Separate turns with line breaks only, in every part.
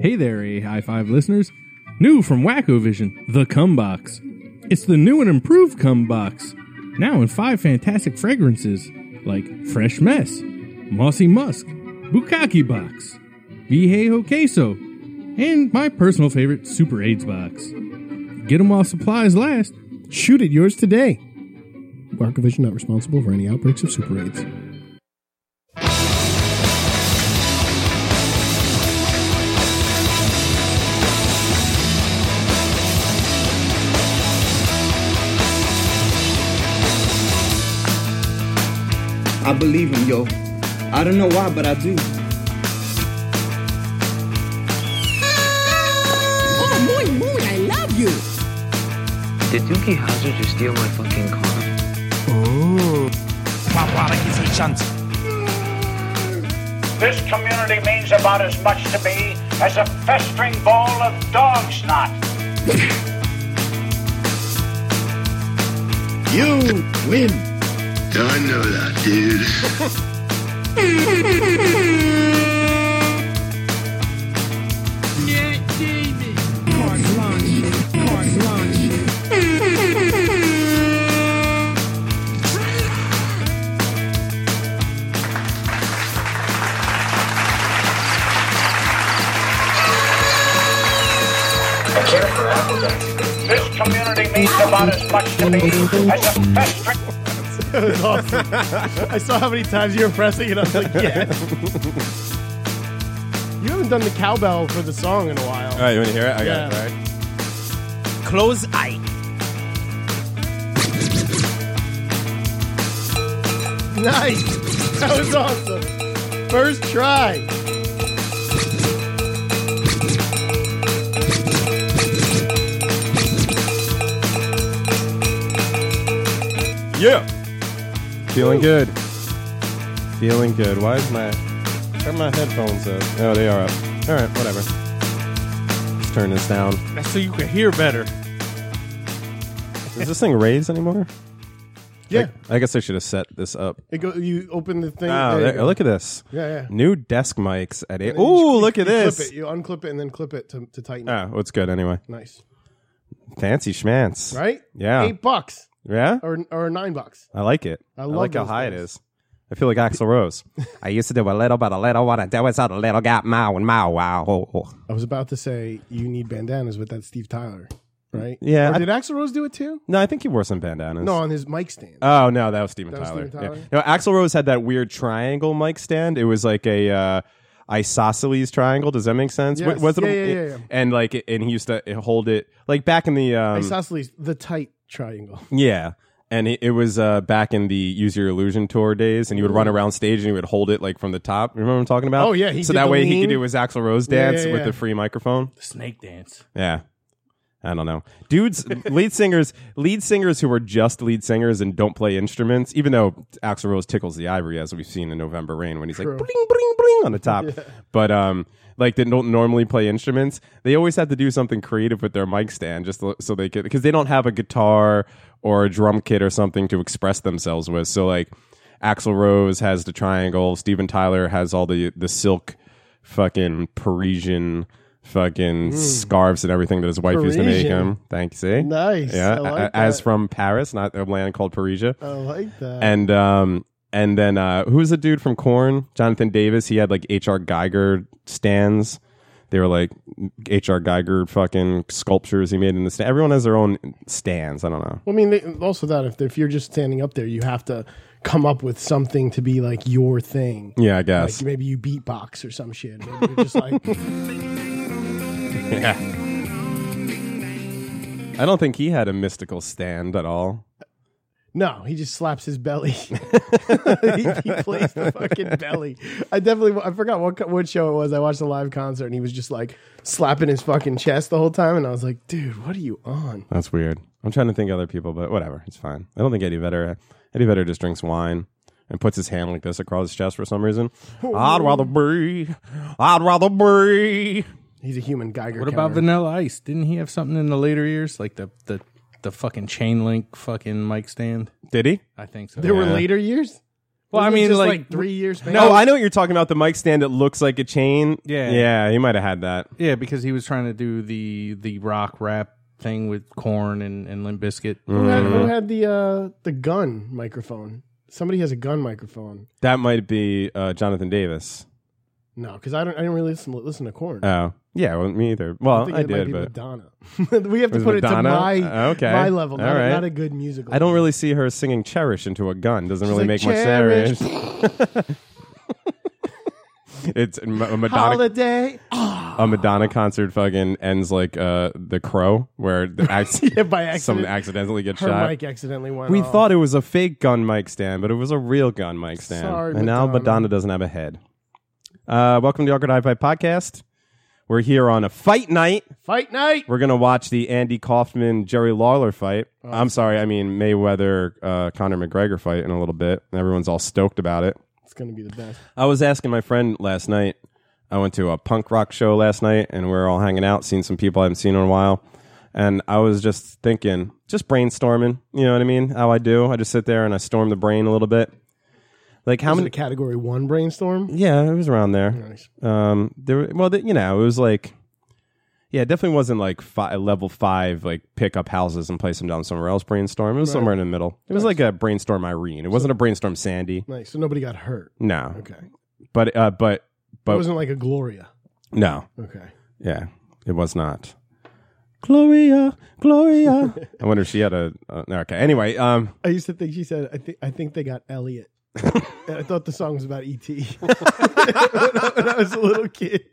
Hey there, A High Five listeners. New from Wacko Vision, the Cum Box. It's the new and improved Cum Box. Now in five fantastic fragrances like Fresh Mess, Mossy Musk, Bukaki Box, Viejo Queso, and my personal favorite, Super AIDS Box. Get them while supplies last.
Shoot at yours today. Barkovision not responsible for any outbreaks of super AIDS.
I believe him, yo. I don't know why, but I do.
Oh, Moon Moon, I love you.
Did Dookie Hazard just steal my fucking car?
My product is a shunt.
This community means about as much to me as a festering ball of dog snot.
You win.
I know that, dude.
This community means about as much to me as a festering.
I saw how many times you were pressing it. I was like, yeah. you haven't done the cowbell for the song in a while.
All right, you want to hear it? I got
Yeah.
it. All right.
Close eye.
Nice. That was awesome. First try.
Yeah. Feeling good. Feeling good. Why is my turn my headphones up? Oh, they are up. All right, whatever. Let's turn this down.
That's so you can hear better.
Is this thing raised anymore?
Yeah.
I, I guess I should have set this up.
It go, you open the thing.
Wow,
there you
Ah, there-
go.
look at this.
Yeah, yeah.
New desk mics at eight.
And then you
Ooh,
just-
look at
you
this.
Clip it. You unclip it and then clip it to, to tighten it.
Ah, well, it's good anyway.
Nice.
Fancy schmance.
Right?
Yeah.
Eight bucks
Yeah.
or, or nine bucks.
I like it.
I love
like how
those
high it
things.
is. I feel like Axl Rose. I used to do a little, but a little, what I do is a little, got my and my wow. Oh, oh.
I was about to say you need bandanas with that Steve Tyler, right?
Yeah,
Or
I-
did Axl Rose do it too?
No, I think he wore some bandanas.
No, on his mic stand.
Oh no, that was Steven
That was
Tyler.
Steven Tyler?
Yeah. No, Axl Rose had that weird triangle mic stand. It was like a uh, isosceles triangle. Does that make sense? Wa-
Yes.
Was it? a-
Yeah, yeah, yeah, yeah.
And like, it- and he used to hold it like back in the um,
Isosceles, the tight triangle.
yeah. And it, it was uh, back in the Use Your Illusion tour days, and he would run around stage and he would hold it like from the top. Remember what I'm talking about?
Oh, yeah, he
so
did
that
the
way he
lean.
could do his Axl Rose dance
Yeah, yeah,
with
yeah.
the free microphone.
Snake dance.
Yeah. I don't know. Dudes, lead singers, lead singers who are just lead singers and don't play instruments, even though Axl Rose tickles the ivory, as we've seen in November Rain when he's like bling, bling, bling on the top. But, um, like they don't normally play instruments. They always have to do something creative with their mic stand just to- so they could, because they don't have a guitar or a drum kit or something to express themselves with. So, like, Axl Rose has the triangle, Steven Tyler has all the, the silk fucking Parisian fucking scarves and everything that his wife used to make
Parisian.
him. Thanks, see?
Nice.
Yeah,
I like
a- as
that. Uh,
from Paris, not a land called Parisia.
I like that.
and um and then uh who's the dude from Corn? Jonathan Davis. He had like H.R. Geiger stands. They were like H.R. Geiger fucking sculptures he made in the stand. Everyone has their own stands. I don't know.
Well, I mean, they, also that if, if you're just standing up there, you have to come up with something to be like your thing.
Yeah, I guess.
Like maybe you beatbox or some shit. Maybe you're just like,
yeah. I don't think he had a mystical stand at all.
no, he just slaps his belly. he, he plays the fucking belly. I definitely, I forgot what co- what show it was. I watched a live concert and he was just like slapping his fucking chest the whole time, and I was like, dude, what are you on?
That's weird. I'm trying to think of other people, but whatever. It's fine. I don't think Eddie Vedder. Eddie Vedder just drinks wine and puts his hand like this across his chest for some reason. I'd rather be. I'd rather be.
He's a human Geiger.
What about
counter.
Vanilla Ice? Didn't he have something in the later years, like the the the fucking chain link fucking mic stand?
Did he?
I think so.
There were
Yeah.
later years. Well,
I mean,
just
like-
like, three years. Back?
No, I know what you're talking about. The mic stand that looks like a chain.
Yeah.
Yeah, you might have had that.
Yeah, because he was trying to do the the rock rap thing with corn and, and Limp Biscuit.
Who had, who
Mm.
had the uh, the gun microphone? Somebody has a gun microphone.
That might be uh, Jonathan Davis.
No, because I don't. I didn't really listen listen to corn.
Oh. Yeah, well, me either. Well,
think
I
it might
did,
be
but
Madonna. we have to
Was
put
Madonna?
it to my
Uh, okay.
my level, not,
All right.
not a good musical.
I don't really see her singing "Cherish" into a gun. Doesn't really
like,
make much
"Cherish."
sense. it's a Ma- a Madonna.
holiday.
A Madonna concert fucking ends like uh, the Crow, where the ac-
Yeah, by accident,
some accidentally gets
her
shot.
mic accidentally went.
we
off.
thought it was a fake gun mic stand, but it was a real gun mic stand.
Sorry,
and now
Madonna.
Madonna doesn't have a head. Uh, welcome to the Awkward Hi-Fi podcast. We're here on a fight night.
fight night.
We're gonna watch the Andy Kaufman Jerry Lawler fight. I'm sorry, I mean Mayweather uh, Conor McGregor fight in a little bit. and Everyone's all stoked about it.
It's gonna be the best.
I was asking my friend last night. I went to a punk rock show last night, and we were all hanging out, seeing some people I haven't seen in a while. And I was just thinking, just brainstorming. You know what I mean? How I do? I just sit there and I storm the brain a little bit. Like how
I'm in
many?
a category one brainstorm.
Yeah, it was around there.
Nice.
Um, there. were- Well, the, you know, it was like, yeah, it definitely wasn't like fi- level five, like pick up houses and place them down somewhere else. Brainstorm. It was somewhere in the middle. It was like a brainstorm Irene. It wasn't a brainstorm Sandy.
Nice. So nobody got hurt.
No,
Okay.
but uh, but
It
but
wasn't like a Gloria.
no,
Okay.
yeah, it was not. Gloria, Gloria. I wonder if she had a. Uh, no, okay. Anyway, um,
I used to think she said, "I think I think they got Elliot." and I thought the song was about ET. when I was a little kid,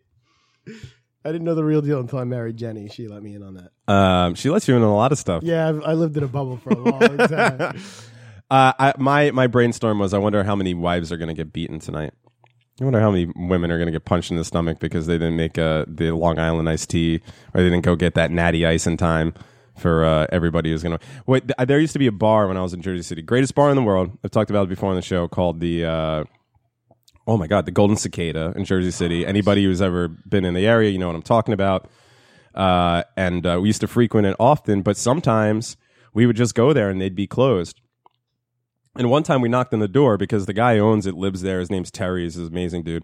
I didn't know the real deal until I married Jenny. She let me in on that.
um, she lets you in on a lot of stuff.
Yeah, I've, I lived in a bubble for a long time.
Uh, I, my my brainstorm was I wonder how many wives are going to get beaten tonight. I wonder how many women are going to get punched in the stomach because they didn't make uh, the Long Island iced tea or they didn't go get that natty ice in time for uh, everybody who's going to. Wait, th- there used to be a bar when I was in Jersey City, greatest bar in the world. I've talked about it before on the show called the. Uh, oh my God, the Golden Cicada in Jersey City. Anybody who's ever been in the area, you know what I'm talking about uh, and uh, we used to frequent it often. But sometimes we would just go there and they'd be closed. And one time we knocked on the door because the guy who owns it lives there. His name's Terry. He's an amazing dude.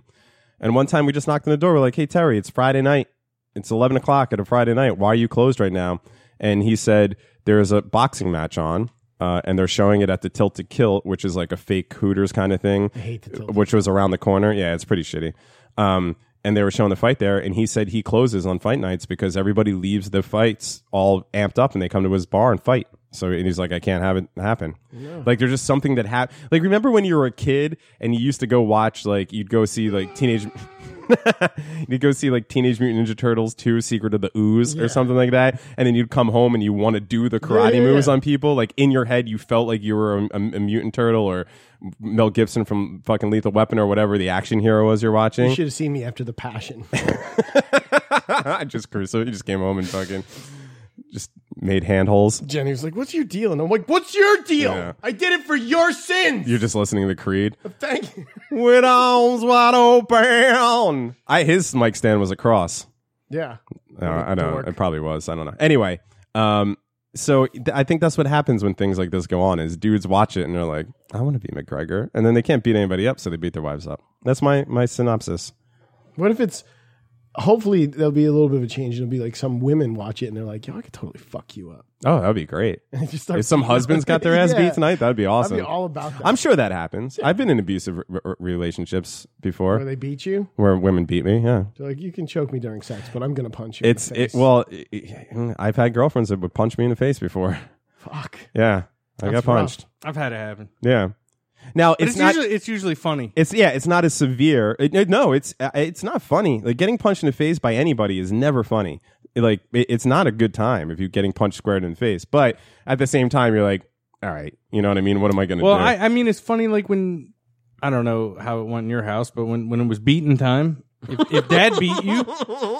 And one time we just knocked on the door. We're like, "Hey Terry, it's Friday night. It's eleven o'clock at a Friday night. Why are you closed right now?" And he said, "There is a boxing match on." Uh, and they're showing it at the Tilt to Kilt, which is like a fake Hooters kind of thing, I hate the which was around the corner. Yeah, it's pretty shitty. Um, and they were showing the fight there, and he said he closes on fight nights because everybody leaves the fights all amped up, and they come to his bar and fight. So and he's like, I can't have it happen. Like there's just something that happened. Like remember when you were a kid and you used to go watch like you'd go see like teenage. you'd go see like Teenage Mutant Ninja Turtles 2 Secret of the Ooze or something like that and then you'd come home and you want to do the karate
yeah,
moves
yeah.
on people like in your head you felt like you were a, a- a mutant turtle or Mel Gibson from fucking Lethal Weapon or whatever the action hero was you're watching
You should have seen me after the Passion.
I just cruised. So he just came home and fucking just made hand holes.
Jenny was like, "What's your deal?" And I'm like, "What's your deal?
Yeah.
I did it for your sins."
You're just listening to Creed.
Thank you.
With arms wide open. I his mic stand was a cross.
Yeah.
Uh, I know
dork.
it probably was. I don't know. Anyway, um, so th- I think that's what happens when things like this go on. Is dudes watch it and they're like, I want to be McGregor, and then they can't beat anybody up, so they beat their wives up. That's my my synopsis.
What if it's? Hopefully, there'll be a little bit of a change. It'll be like some women watch it and they're like, "Yo, I could totally fuck you up."
Oh, that'd be great.
And just start
If some husbands got their ass
Yeah.
beat tonight, that'd be
I'd
awesome.
be all about that.
I'm sure that happens. I've been in abusive re- re- relationships before.
Where they beat you,
where women beat me. Yeah,
they're like, "You can choke me during sex, but I'm gonna punch you."
it's
in the
it.
face.
Well, i i I've had girlfriends that would punch me in the face before.
fuck.
Yeah, I got
rough.
punched.
I've had it happen.
Yeah. Now
But
it's,
it's,
not.
usually it's usually funny.
it's yeah. It's not as severe. It- it- no, it's uh, it's not funny. Like getting punched in the face by anybody is never funny. It, like it- it's not a good time if you're getting punched squared in the face. But at the same time, you're like, all right, you know what I mean. What am I going to
Well,
do?
I, I mean, it's funny like when I don't know how it went in your house, but when when it was beating time, if, if dad beat you,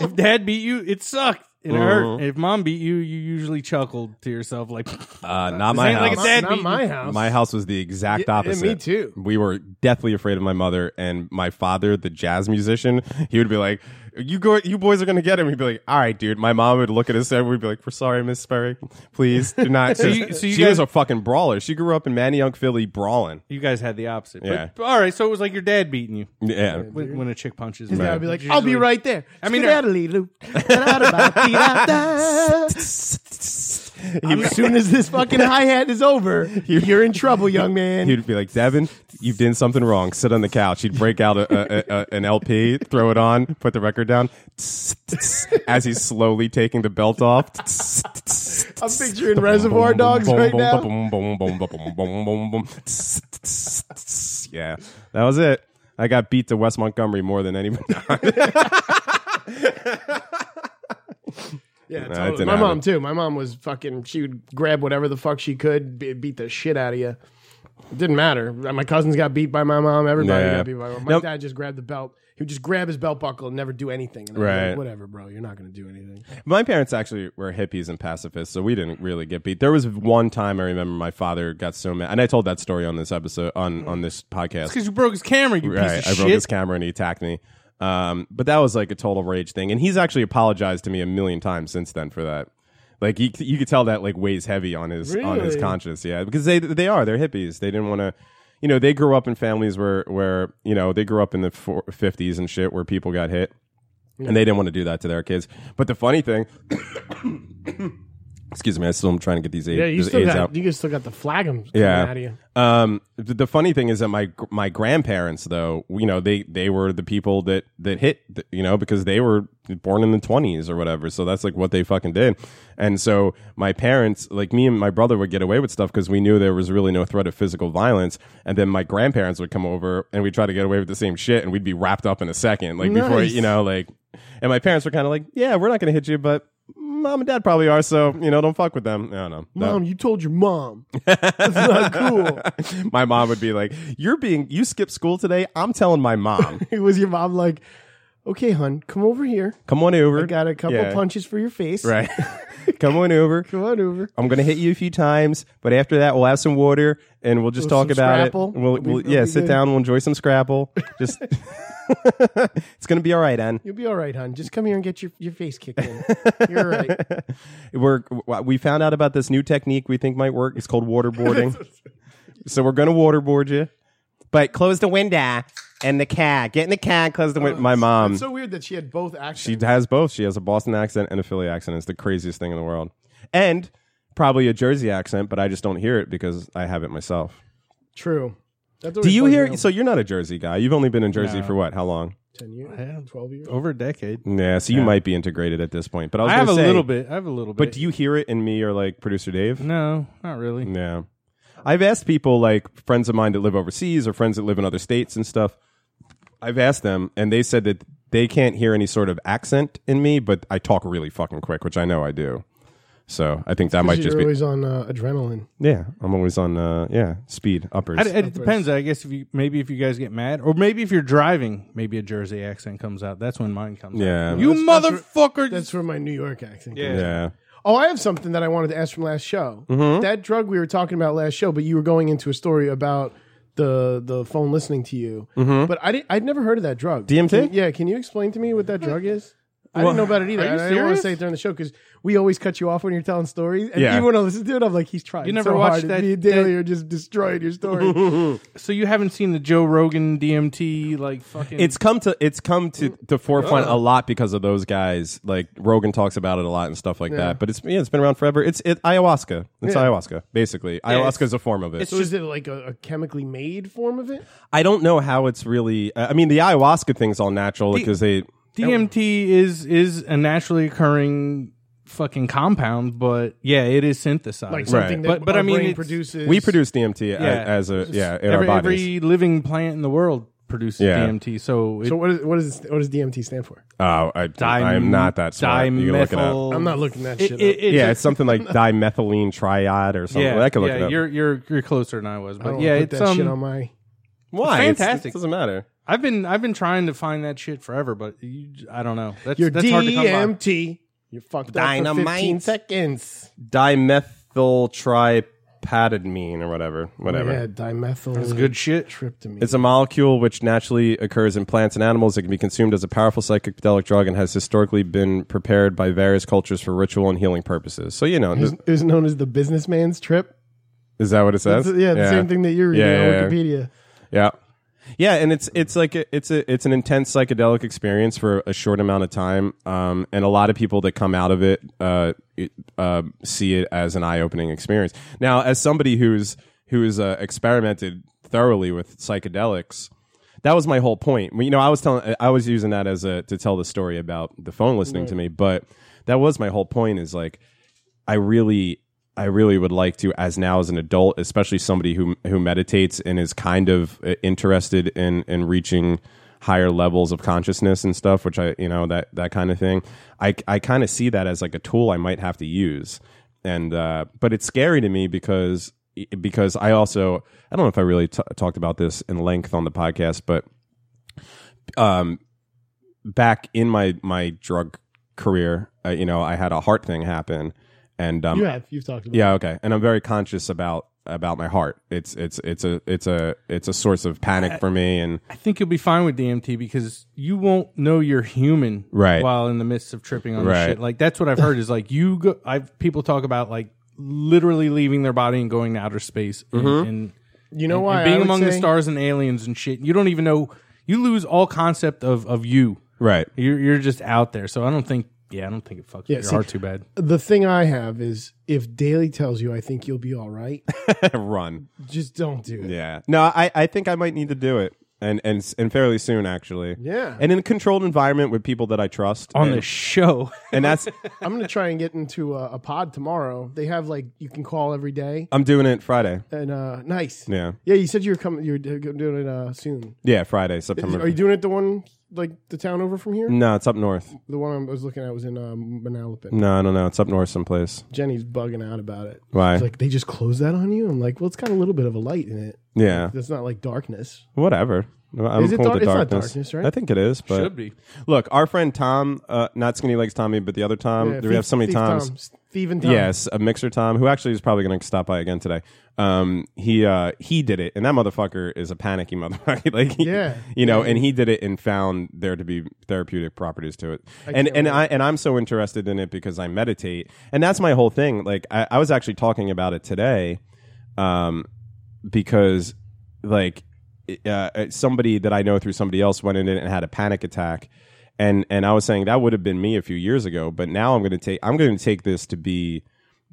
if dad beat you, it sucked. It hurt. If mom beat you, you usually chuckled to yourself like,
uh, not
This
my
ain't
house.
like a dad
Not
beat you.
my house.
My house was the exact
Yeah,
opposite.
and me too.
We were deathly afraid of my mother and my father, the jazz musician. He would be like, you go, you boys are gonna get him. He'd be like, all right, dude. My mom would look at us and we'd be like, we're sorry, Miss Sperry. Please do not.
So you- so you
she
guys-
was a fucking brawler. She grew up in Manayunk, Philly, brawling.
You guys had the opposite.
Yeah.
But, all right, so it was like your dad beating you
Yeah.
when, when a chick punches.
His
you.
dad would be like, I'll be right there.
I mean,
as soon as this fucking hi hat is over, you're in trouble, young man.
He'd be like, Devin, you've done something wrong. Sit on the couch. He'd break out a, a, a, an LP, throw it on, put the record down. As he's slowly taking the belt off.
I'm picturing Reservoir Dogs right now.
Yeah, that was it. I got beat to West Montgomery more than anyone.
Yeah,
that
totally.
didn't
my mom
happen.
too. My mom was fucking. She would grab whatever the fuck she could, be- beat the shit out of you. It didn't matter. My cousins got beat by my mom. Everybody
Yeah.
got beat by my mom. My
Nope.
dad just grabbed the belt. He would just grab his belt buckle and never do anything. And I'd be like,
Right.
Whatever, bro. You're not going to do anything.
My parents actually were hippies and pacifists, so we didn't really get beat. There was one time I remember my father got so mad, and I told that story on this episode on on this podcast.
because you broke his camera, you
Right,
piece
I
of
broke
shit.
his camera and he attacked me. Um, but that was like a total rage thing, and he's actually apologized to me a million times since then for that. Like he, you could tell that like weighs heavy on his on his
Really?
conscience, yeah, because they they are they're hippies. They didn't want to, you know, they grew up in families where where you know they grew up in the fifties and shit where people got hit, and they didn't want to do that to their kids. But the funny thing, excuse me, I still am trying to get these AIDS,
Yeah, you
these
still
AIDS
got
out.
you still got the flagums
Yeah.
coming out of you.
Um, th- the funny thing is that my gr- my grandparents, though, you know, they they were the people that that hit, th- you know, because they were born in the twenties or whatever. So that's like what they fucking did. And so my parents, like me and my brother, would get away with stuff because we knew there was really no threat of physical violence. And then my grandparents would come over and we'd try to get away with the same shit, and we'd be wrapped up in a second, like before
Nice.
you know, like. And my parents were kind of like, "Yeah, we're not gonna hit you, but." Mom and dad probably are, so you know, don't fuck with them. I don't know. That-
Mom, you told your mom. That's not cool.
my mom would be like, "You're being you skipped school today. I'm telling my mom.
Was your mom like, okay, hun, come over here.
Come on
I
over.
got a couple
Yeah.
punches for your face.
Right. Come on over.
Come on over.
I'm gonna hit you a few times, but after that, we'll have some water and we'll just
We'll
talk
some
about
Scrapple.
it. We'll,
That'd be-
we'll
that'd
yeah,
be
sit
good.
down. We'll enjoy some Scrapple. Just it's gonna be all right, Ann.
You'll be all right, hun. Just come here and get your, your face kicked in. You're all right.
We're we found out about this new technique we think might work. It's called waterboarding. so we're gonna waterboard you, but close the window and the cat. Get in the cat. Close the
Oh,
window. My mom.
It's so weird that she had both
Um, She
actions.
has both. She has a Boston accent and a Philly accent. It's the craziest thing in the world. And probably a Jersey accent, but I just don't hear it because I have it myself.
True. That's what
Do
we
you
played
hear?
around
So you're not a Jersey guy. You've only been in Jersey
No.
for what? How long?
with 10 years, 12 years.
over a decade.
Yeah. So you might be integrated at this point. But I,
I,
was
have
gonna
a
say,
little bit. I have a little bit.
But do you hear it in me or like producer Dave?
No, not really.
Yeah. I've asked people like friends of mine that live overseas or friends that live in other states and stuff. I've asked them and they said that they can't hear any sort of accent in me, but I talk really fucking quick, which I know I do. So I think that might
You're
just be
always on uh, adrenaline.
Yeah, I'm always on uh yeah, speed uppers.
I, it depends. I guess if you maybe if you guys get mad, or maybe if you're driving, maybe a Jersey accent comes out. That's when mine comes out.
yeah.
You motherfucker!
That's where my New York accent comes.
yeah.
Oh, I have something that I wanted to ask from last show.
Mm-hmm.
That drug we were talking about last show, but you were going into a story about the the phone listening to you.
Mm-hmm.
But I didn't, I'd never heard of that drug.
DMT?
Can- yeah, can you explain to me what that drug is? I didn't know about it either.
Are you
and I didn't want to
serious?
say it during the show because we always cut you off when you're telling stories. And
Yeah.
you want to listen to it, I'm like, he's trying.
You never
so hard.
watched that-
And me and Daly are just destroying your story.
so you haven't seen the Joe Rogan DMT like fucking?
It's come to it's come to the forefront a lot because of those guys. Like Rogan talks about it a lot and stuff like that. But it's yeah, it's been around forever. It's it, ayahuasca. It's ayahuasca basically. ayahuasca is a form of it.
so is it like a, a chemically made form of it?
I don't know how it's really. uh, I mean, the ayahuasca thing's all natural because they.
DMT is is a naturally occurring fucking compound, but yeah, it is synthesized.
Like
Uh,
something
Right.
that
But- but
our
I mean,
brain
it's-
produces.
We produce DMT a-
Yeah.
as a yeah in
every,
our bodies.
every living plant in the world produces
Yeah.
DMT. So, it,
So what is what is what does DMT stand for?
oh, I, I am not that smart. you can look it up.
dimethyl-
I'm not looking that
It-
shit
it-
up.
Yeah, it's something like dimethylene triad or something. I can look
yeah,
it up.
You're you're you're closer than I was,
I
but
don't
yeah,
put
it's
that
um,
shit on my.
Why? It's-
fantastic.
It doesn't matter.
I've been I've been trying to find that shit forever, but you, j- I don't know. That's
Your
that's hard to come by.
DMT. You fucked up for
Dynamite.
15 seconds.
Dimethyl tri patidamine or whatever, whatever.
Yeah, dimethyl.
It's good shit.
Tryptamine.
It's a molecule which naturally occurs in plants and animals. It can be consumed as a powerful psychedelic drug and has historically been prepared by various cultures for ritual and healing purposes. So you know,
It was- it was known as the businessman's trip.
is that what it says?
That's- yeah, the same thing that you're reading
Yeah, yeah, yeah.
on Wikipedia.
Yeah. Yeah, and it's it's like a, it's a it's an intense psychedelic experience for a short amount of time, um, and a lot of people that come out of it, uh, it uh, see it as an eye opening experience. Now, as somebody who's who's uh, experimented thoroughly with psychedelics, that was my whole point. Well, You know, I was telling I was using that as a to tell the story about the phone listening to me, but that was my whole point. Is like I really I really would like to as now as an adult, especially somebody who who meditates and is kind of uh, interested in in reaching higher levels of consciousness and stuff, which I you know that that kind of thing. I I kind of see that as like a tool I might have to use, and uh, but it's scary to me because e, because I also I don't know if I really t- talked about this in length on the podcast, but um back in my my drug career, uh, you know, I had a heart thing happen. And um,
You have. You've talked about
yeah, okay. And I'm very conscious about about my heart. It's it's it's a it's a it's a source of panic for me and
I think you'll be fine with DMT because you won't know you're human
Right.
while in the midst of tripping on
Right.
this shit. Like that's what I've heard is like you go I've people talk about like literally leaving their body and going to outer space and,
Mm-hmm.
and
You know
and-
why?
and being
I would
among the
say-
stars and aliens and shit. You don't even know you lose all concept of of you.
right.
You're you're just out there. So I don't think yeah, I don't think it fucks
Yeah,
your
see-
heart too bad.
The thing I have is if Daily tells you I think you'll be all right,
Run.
just don't do it.
Yeah. No, I I think I might need to do it. And and s- and fairly soon actually.
Yeah.
And in a controlled environment with people that I trust.
On
and,
the show.
and that's
I'm gonna try and get into a, a pod tomorrow. They have like you can call every day
I'm doing it Friday.
and uh nice.
Yeah.
Yeah, you said you were coming. You were do- doing it uh, soon.
Yeah, Friday, September.
Are you doing it the one like the town over from here?
no, it's up north.
The one I was looking at was in um, Manalapan.
No, I don't know. It's up north someplace.
Jenny's bugging out about it.
Why?
She's like they just closed that on you. I'm like, well, it's got a little bit of a light in it.
yeah.
That's not like darkness.
Whatever. I'm
Is it
cool
dark-
with the
it's not
darkness.
darkness, right?
I think it is, but
Should be.
Look, our friend Tom, uh, not Skinny Legs Tommy, but the other Tom.
Yeah,
Um, we have so many
Thief
Toms.
Tom. Thief and Tom.
Yes, a mixer Tom, who actually is probably going to stop by again today. Um, he uh, he did it, and that motherfucker is a panicky motherfucker. like, he-
Yeah.
you know,
Mm-hmm.
and he did it and found there to be therapeutic properties to it. and
can't
and
wait.
I and I'm so interested in it because I meditate, and that's my whole thing. Like, I, I was actually talking about it today, um, because like uh, uh, somebody that I know through somebody else went in it and had a panic attack, and and I was saying that would have been me a few years ago, but now I'm going to take I'm going to take this to be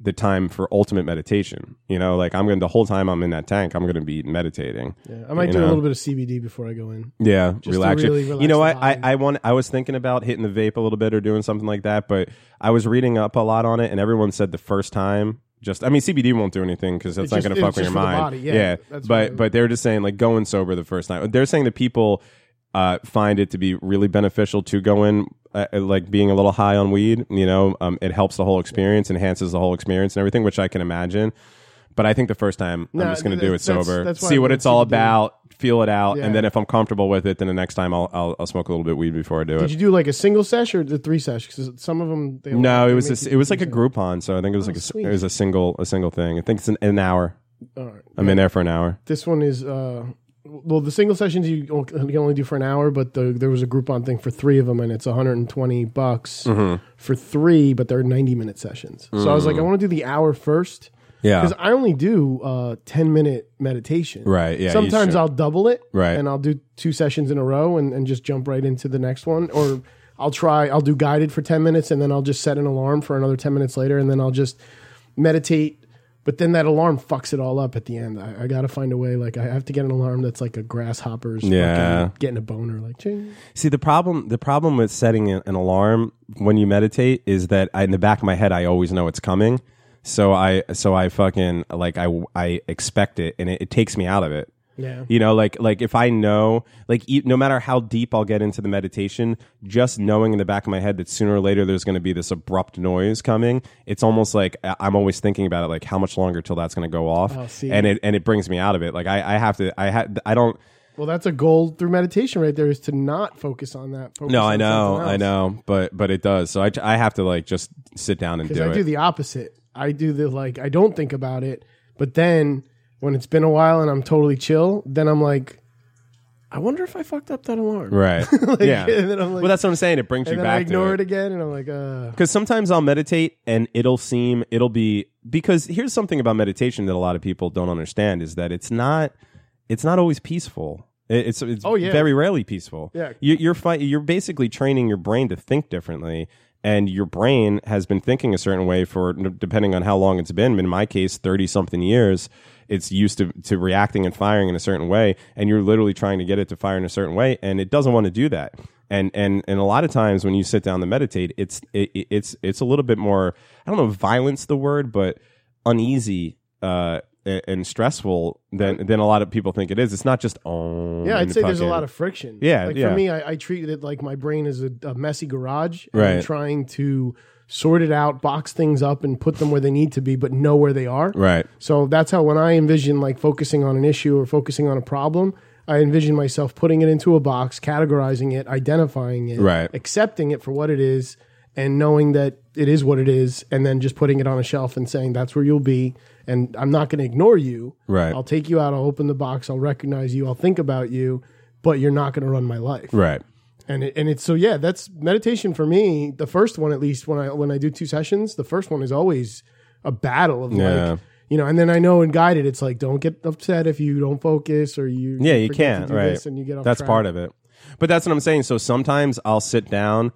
the time for ultimate meditation. You know, like I'm going to the whole time I'm in that tank, I'm going to be meditating.
Yeah, I might
You
do
know.
a little bit of CBD before I go in.
Yeah,
to
relax.
really
you
relax
know
the
what? I,
body.
I want. I was thinking about hitting the vape a little bit or doing something like that, but I was reading up a lot on it, and everyone said the first time. Just, I mean, CBD won't do anything because that's
It's
not
just-
going to fuck
it's
with your
just for the
mind.
body, yeah, that's
but
what-
but they're just saying like going sober the first time. They're saying that people uh, find it to be really beneficial to go in uh, uh, like being a little high on weed. You know, um, it helps the whole experience, enhances the whole experience, and everything, which I can imagine. But I think the first time
No,
I'm just going to do it
that's- that's-
sober,
that's why
see
I
what
wanted
it's all
to do it.
about out, feel it out,
Yeah.
and then if I'm comfortable with it, then the next time I'll I'll, I'll smoke a little bit weed before I do
Did
it.
you do like a single sesh or the three sesh? Because some of them they
no,
they
it was
make
a s
you
it was
do
like a
sesh.
Groupon, so I think it was like a, s-
sweet.
it was a single a single thing. I think it's an, an hour.
All right.
I'm in there for an hour.
This one is uh, well, the single sessions you o- you can only do for an hour, but the, there was a Groupon thing for three of them, and it's 120 bucks
Mm-hmm.
for three, but they're 90 minute sessions. So I was like, I want to do the hour first.
Mm. Yeah,
Because I only do uh, 10 minute meditation.
Right, yeah, you
Sometimes
should.
I'll double it.
Right.
And I'll do two sessions in a row and, and just jump right into the next one. Or I'll try, I'll do guided for 10 minutes and then I'll just set an alarm for another 10 minutes later and then I'll just meditate. But then that alarm fucks it all up at the end. I, I got to find a way. Like, I have to get an alarm that's like a grasshopper's
Yeah.
fucking getting a boner. Like, ching.
See the problem the problem with setting an an alarm when you meditate is that I, in the back of my head I always know it's coming. So I so I fucking like I I expect it and it, it takes me out of it.
Yeah.
You know, like like if I know like e- no matter how deep I'll get into the meditation, just knowing in the back of my head that sooner or later there's going to be this abrupt noise coming, it's almost like I- I'm always thinking about it like how much longer till that's going to go off.
Oh, see.
And it and it brings me out of it. Like I I have to I ha- I don't
Well, that's a goal through meditation right there is to not focus on that. Focus
no,
on
I know,
something
I
else.
know, but but it does. So I, I have to like just sit down and do
Because I
it.
do the opposite. I do the like I don't think about it, But then when it's been a while and I'm totally chill, then I'm like, I wonder if I fucked up that alarm.
Right.
Like,
yeah.
and then I'm like-
well, that's what I'm saying. It brings you
And then
back
I ignore
to
it. again, and I'm like, uh,
Because sometimes I'll meditate and it'll seem, it'll be, because here's something about meditation that a lot of people don't understand is that it's not, it's not always peaceful. It- It's, it's
Oh, yeah.
very rarely peaceful.
Yeah.
You, you're, fi- you're basically training your brain to think differently. And your brain has been thinking a certain way for, depending on how long it's been, in my case, 30 something years, it's used to, to reacting and firing in a certain way. And you're literally trying to get it to fire in a certain way. And it doesn't want to do that and and and a lot of times when you sit down to meditate it's it, it- it's it's a little bit more i don't know if violence the word but uneasy uh a- and stressful than than a lot of people think it is it's not just oh
yeah, I'd
and
say there's a
fucking-
lot of friction.
Yeah,
like
yeah.
for me, I, I treated it like my brain is a, a messy garage, and
Right.
trying to sort it out, box things up, and put them where they need to be, but know where they are.
right
So that's how when I envision like focusing on an issue or focusing on a problem, I envision myself putting it into a box, categorizing it, identifying it,
Right.
accepting it for what it is, and knowing that it is what it is, and then just putting it on a shelf and saying that's where you'll be, and I'm not going to ignore you.
Right.
I'll take you out. I'll open the box. I'll recognize you. I'll think about you, but you're not going to run my life
right
and it, and it's so yeah that's meditation for me the first one at least when i when i do two sessions the first one is always a battle of
Yeah.
like you know and then i know in guided it's like don't get upset if you don't focus or you
yeah you
forget
can't
to do
right
this and you get off
that's
track.
part of it but that's what i'm saying so sometimes i'll sit down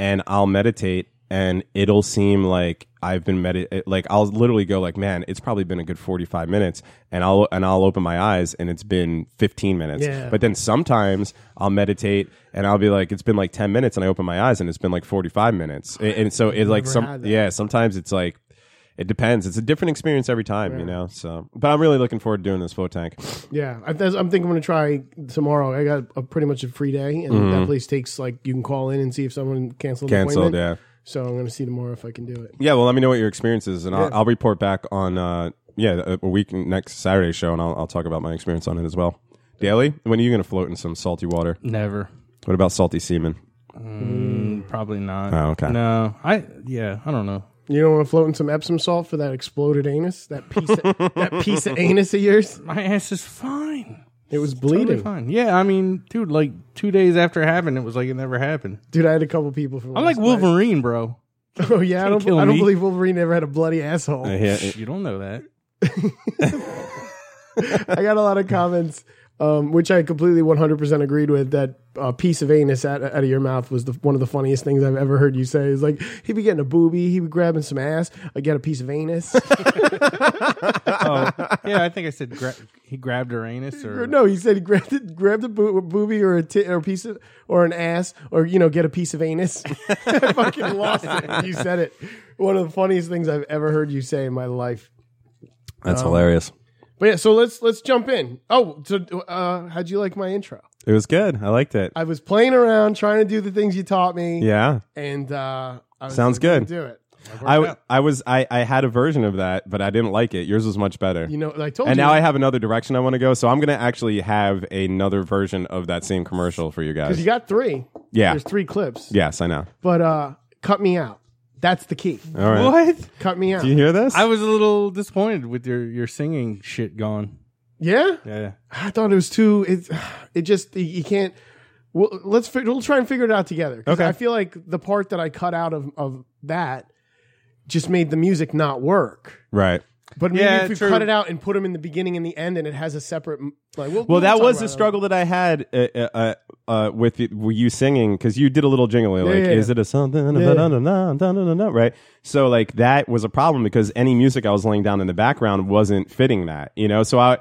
and i'll meditate and it'll seem like i've been medit like i'll literally go like man it's probably been a good 45 minutes and i'll and i'll open my eyes and it's been 15 minutes
Yeah.
but then sometimes i'll meditate and i'll be like it's been like 10 minutes and i open my eyes and it's been like 45 minutes and, and so it's like
had
some
that.
yeah sometimes it's like it depends. It's a different experience every time, you know. So, but I'm really looking forward to doing this flow tank.
yeah I, that's- i'm thinking i'm going to try tomorrow i got a, pretty much a free day and
Mm-hmm.
that place takes like you can call in and see if someone canceled an
Cancelled,
appointment.
yeah.
so i'm going to see tomorrow if i can do it
Yeah, well, let me know what your experience is, and I'll, I'll report back on uh, yeah a- a week next Saturday show, and I'll, I'll talk about my experience on it as well. Daily, when are you going to float in some salty water?
Never.
What about salty semen?
Probably not.
Oh, okay.
No, I yeah, I don't know.
you don't want to float in some epsom salt for that exploded anus that piece of, that piece of anus of yours
My ass is fine.
it was
Totally
bleeding
fine. Yeah, I mean, dude, like two days after it happened, it was like it never happened.
Dude, I had a couple people from.
I'm like
last night.
Wolverine, bro.
Oh yeah, I
Can't
don't,
kill
I don't
me.
believe Wolverine ever had a bloody asshole.
You don't know that.
I got a lot of comments, um, which I completely 100% agreed with. That uh, piece of anus out, out of your mouth was the, one of the funniest things I've ever heard you say. It's like he'd be getting a booby, he'd be grabbing some ass. I get a piece of anus.
Oh, yeah, I think I said gra- he grabbed her anus or
or no, he said he grabbed it, grabbed a boo- booby or a ti- or a piece of or an ass or you know get a piece of anus. I fucking lost it. when You said it. One of the funniest things I've ever heard you say in my life.
That's hilarious.
But yeah, so let's let's jump in. Oh, so uh, how'd you like my intro?
It was good. I liked it.
I was playing around trying to do the things you taught me.
yeah,
and uh, I was
Sounds
like, "We'll
good.
Do it.
I, w- I was I, I had a version of that, but I didn't like it. Yours was much better.
You know, I told
and
you.
now I have another direction I want to go, so I'm going to actually have another version of that same commercial for you guys.
because you got three.
yeah.
There's three clips.
Yes, I know.
But uh, cut me out. That's the key.
All right.
what?
Cut me out.
Do you hear this?
I was a little disappointed with your your singing shit gone.
yeah?
Yeah.
I thought it was too. It, it just you- you can't. Well, let's fi- we'll try and figure it out together. 'Cause
Okay.
I feel like the part that I cut out of of that just made the music not work.
right.
But maybe
Yeah,
if we
true.
cut it out and put them in the beginning and the end, and it has a separate m- like. We'll,
Well, that
talk
was
about
the
it.
struggle that I had uh, uh, uh, with it- with you singing because you did a little jingly, like,
yeah,
is
yeah.
it a something? da-da-da-da-da-da-da-da," Right. So, like, that was a problem because any music I was laying down in the background wasn't fitting that, you know? So, I.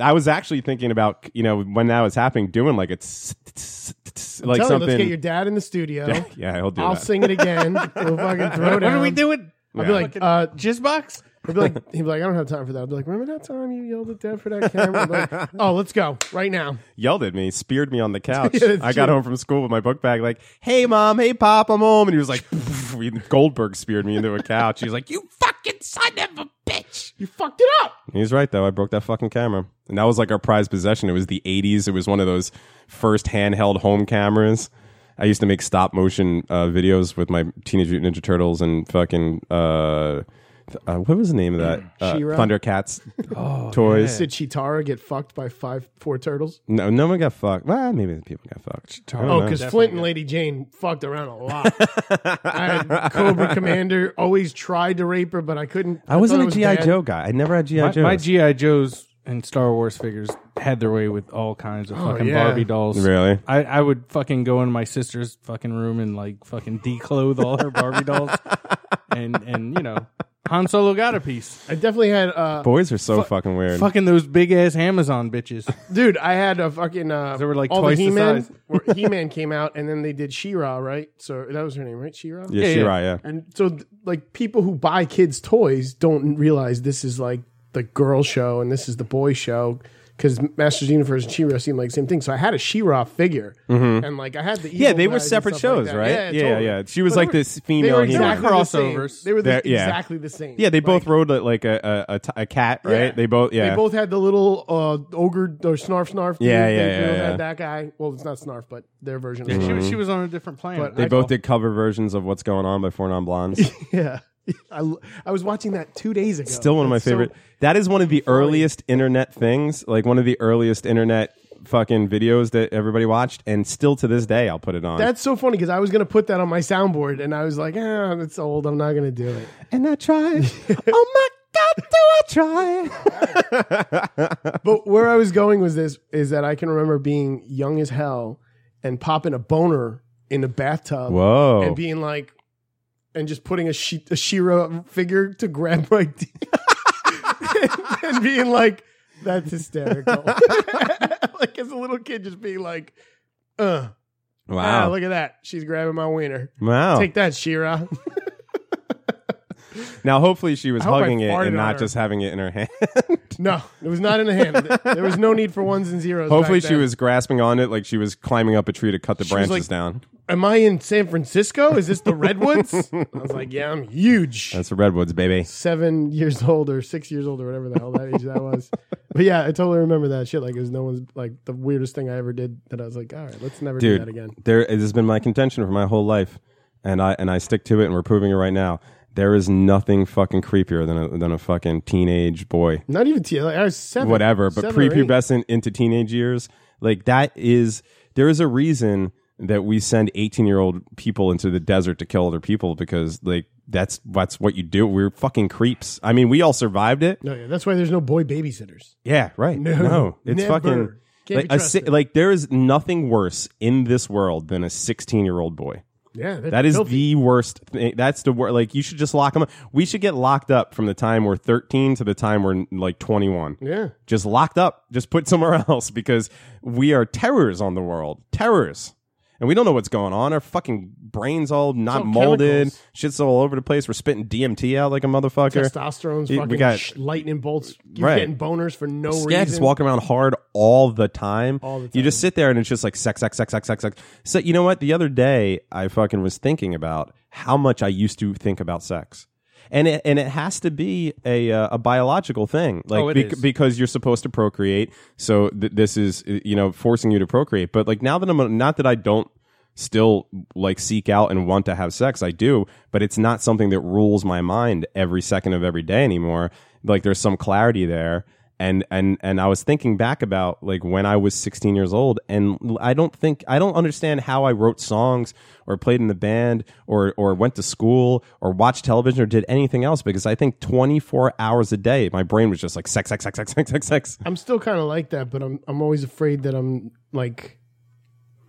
I was actually thinking about you know when that was happening, doing like it's like
Tell you, let's
something.
get your dad in the studio.
yeah, he'll do
I'll
that.
sing it again. we'll fucking throw it
What are we
down.
doing?
I'll be like, uh,
Jizz box?
I'll be like, he'd be like, I don't have time for that. I'll be like, remember that time you yelled at dad for that camera? I'll be like, oh, let's go right now.
yelled at me, speared me on the couch.
Yeah, that's
I got
true.
home from school with my book bag, like, "Hey mom, hey pop, I'm home." And he was like, "Goldberg speared me into a couch." He was like, "You fucking son of a bitch!"
You fucked it up.
He's right though. I broke that fucking camera, and that was like our prized possession. It was the '80s. It was one of those first handheld home cameras. I used to make stop motion uh, videos with my Teenage Mutant Ninja Turtles and fucking uh, uh, what was the name of that? Uh,
She-Ra? Oh,
Thundercats toys.
Did Chitara get fucked by five four turtles?
No, no one got fucked. Well, maybe the people got fucked. I don't
Oh,
know.
because Flint and Lady Jane fucked around a lot. I had Cobra Commander always tried to rape her, but I couldn't.
I wasn't
thought
a
it was
GI
bad.
Joe guy. I never had GI
My,
Joe.
my GI Joes and Star Wars figures had their way with all kinds of fucking
Oh, yeah.
Barbie dolls.
Really?
I, I would fucking go in my sister's fucking room and like fucking declothe all her Barbie dolls, and and you know, Han Solo got a piece.
I definitely had, uh,
Boys are so fucking weird.
Fucking those big ass Amazon bitches.
dude. I had a fucking. Uh,
They were, like,
all
twice the
the He-Man.
size.
where He-Man came out, and then they did She-Ra, right? So that was her name, right? She-Ra.
yeah,
yeah,
She-Ra, yeah.
And so, th- like, people who buy kids' toys don't realize this is like the girl show and this is the boy show because Masters of the Universe and She-Ra seem like the same thing. So I had a She-Ra figure, and like I had the
Mm-hmm. Yeah,
evil
they were
guys and
separate
stuff like
shows,
that.
right?
Yeah,
Yeah,
totally.
yeah. She was
But they
like
were-
this
They
female
were
He-Man.
exactly the same.
Crossovers.
They were the-
They're- yeah.
exactly the same.
Yeah, they both
Like,
rode like, like a, a, a, t- a cat, right?
Yeah.
They both, yeah.
They both had the little uh, ogre or snarf snarf.
Yeah,
dude.
yeah,
They
yeah,
both
yeah.
Had that guy. Well, it's not snarf, but their version.
She,
of
was- she was on a different planet.
But
They
I-
both did cover versions of "What's Going On" by Four Non Blondes.
it. Yeah, I, l- I was watching that two days ago.
Still one of my
That's so-
favorite. that is one of the earliest internet things, like one of the earliest internet fucking videos that everybody watched, and still to this day, I'll put it on.
That's so funny because I was gonna put that on my soundboard, and I was like, "Ah, it's old. I'm not gonna do it."
and I tried. oh my god, do I try?
But where I was going was this: is that I can remember being young as hell and popping a boner in the bathtub,
Whoa!
and being like, and just putting a, she- a Shira figure to grab my dick, and being like, "That's hysterical." like as a little kid, just being like, "Uh, ah,
wow!
look at that. She's grabbing my wiener.
wow!
Take that, Shira."
now, hopefully, she was
I hope I
hugging it
farted
and
on
not
her.
just having it in her hand.
No, it was not in the hand. There was no need for ones and zeros.
hopefully,
back
she
then.
was grasping on it like she was climbing up a tree to cut the
She was
branches
like-
down.
Am I in San Francisco? Is this the Redwoods? I was like, Yeah, I'm huge.
That's the redwoods, baby.
Seven years old or six years old or whatever the hell that age that was. But yeah, I totally remember that shit. Like it was no one's like the weirdest thing I ever did. That I was like, all right, let's never do that again.
There it has been my contention for my whole life, and I and I stick to it, and we're proving it right now. There is nothing fucking creepier than a, than a fucking teenage boy,
Not even t- like, I was seven,
whatever, but
seven or eight.
prepubescent into teenage years. Like that is there is a reason that we send eighteen year old people into the desert to kill other people because like that's that's what you do. We're fucking creeps. I mean, we all survived it.
No, yeah, that's why there's no boy babysitters.
Yeah, right. No, it's
never.
fucking
Can't
like,
be
a, si-
trusted.
like there is nothing worse in this world than a sixteen year old boy.
Yeah, they're
That is
filthy.
the worst thing. That's the worst. Like, you should just lock them up. We should get locked up from the time we're 13 to the time we're like 21.
yeah.
Just locked up. Just put somewhere else because we are terrors on the world. Terrors. And we don't know what's going on. Our fucking brains all not
all
molded.
chemicals.
Shit's all over the place. We're spitting DMT out like a motherfucker.
Testosterone's
We
fucking
got-
sh- lightning bolts. You're
Right.
getting boners for no
Yeah,
reason.
just walking around hard all the time.
All the
You
time.
just sit there and it's just like sex, sex, sex, sex, sex, sex. So you know what? The other day I fucking was thinking about how much I used to think about sex. And it, and it has to be a uh, a biological thing, like
Oh, it
bec-
is.
because you're supposed to procreate. So th- this is uh, you know forcing you to procreate. But like now that I'm a- not that I don't still like seek out and want to have sex. I do, but it's not something that rules my mind every second of every day anymore. Like there's some clarity there. And and and I was thinking back about like when I was 16 years old and l- I don't think I don't understand how I wrote songs or played in the band or or went to school or watched television or did anything else because I think 24 hours a day my brain was just like sex sex sex sex sex sex sex.
I'm still kind of like that, but I'm I'm always afraid that I'm like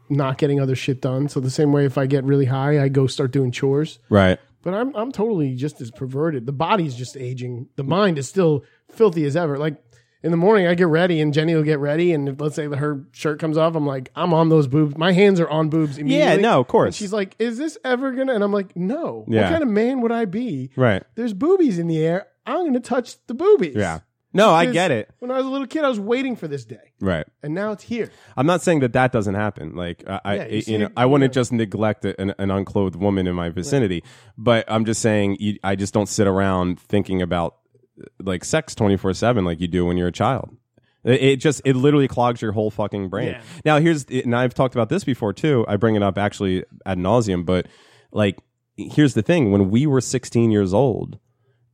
not getting other shit done. So the same way, if I get really high, I go start doing chores.
Right.
But I'm I'm totally just as perverted. The body's just aging. The mind is still filthy as ever. Like in the morning, I get ready, and Jenny will get ready, and if, let's say that her shirt comes off, I'm like, I'm on those boobs. My hands are on boobs immediately.
no, of course.
And she's like, Is this ever gonna? And I'm like, No.
Yeah.
What kind of man would I be?
Right.
There's boobies in the air. I'm gonna touch the boobies.
Yeah. No, I
Because
get it.
When I was a little kid, I was waiting for this day,
Right.
and now it's here.
I'm not saying that that doesn't happen. Like I, I
Yeah, you
you,
see
know,
it-
I wouldn't
yeah.
just neglect a- an, an unclothed woman in my vicinity, but I'm just saying you, I just don't sit around thinking about uh, like sex 24 seven like you do when you're a child. It, it just it literally clogs your whole fucking brain.
Yeah.
Now here's and I've talked about this before too. I bring it up actually ad nauseum, but like here's the thing: when we were 16 years old,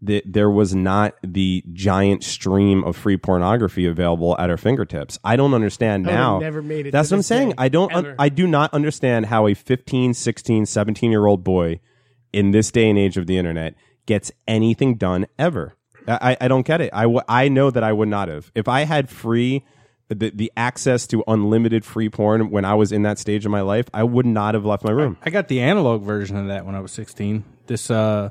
that there was not the giant stream of free pornography available at our fingertips. I don't understand
I would've
now.
Oh, never made it
That's
to
what I'm
this
saying.
day,
I don't un-
ever.
I do not understand how a 15, 16, 17 year old boy in this day and age of the internet gets anything done ever. I, I- I don't get it. I, w- I know that I would not have. If I had free, the, the access to unlimited free porn when I was in that stage of my life, I would not have left my room.
I got the analog version of that when I was 16. This uh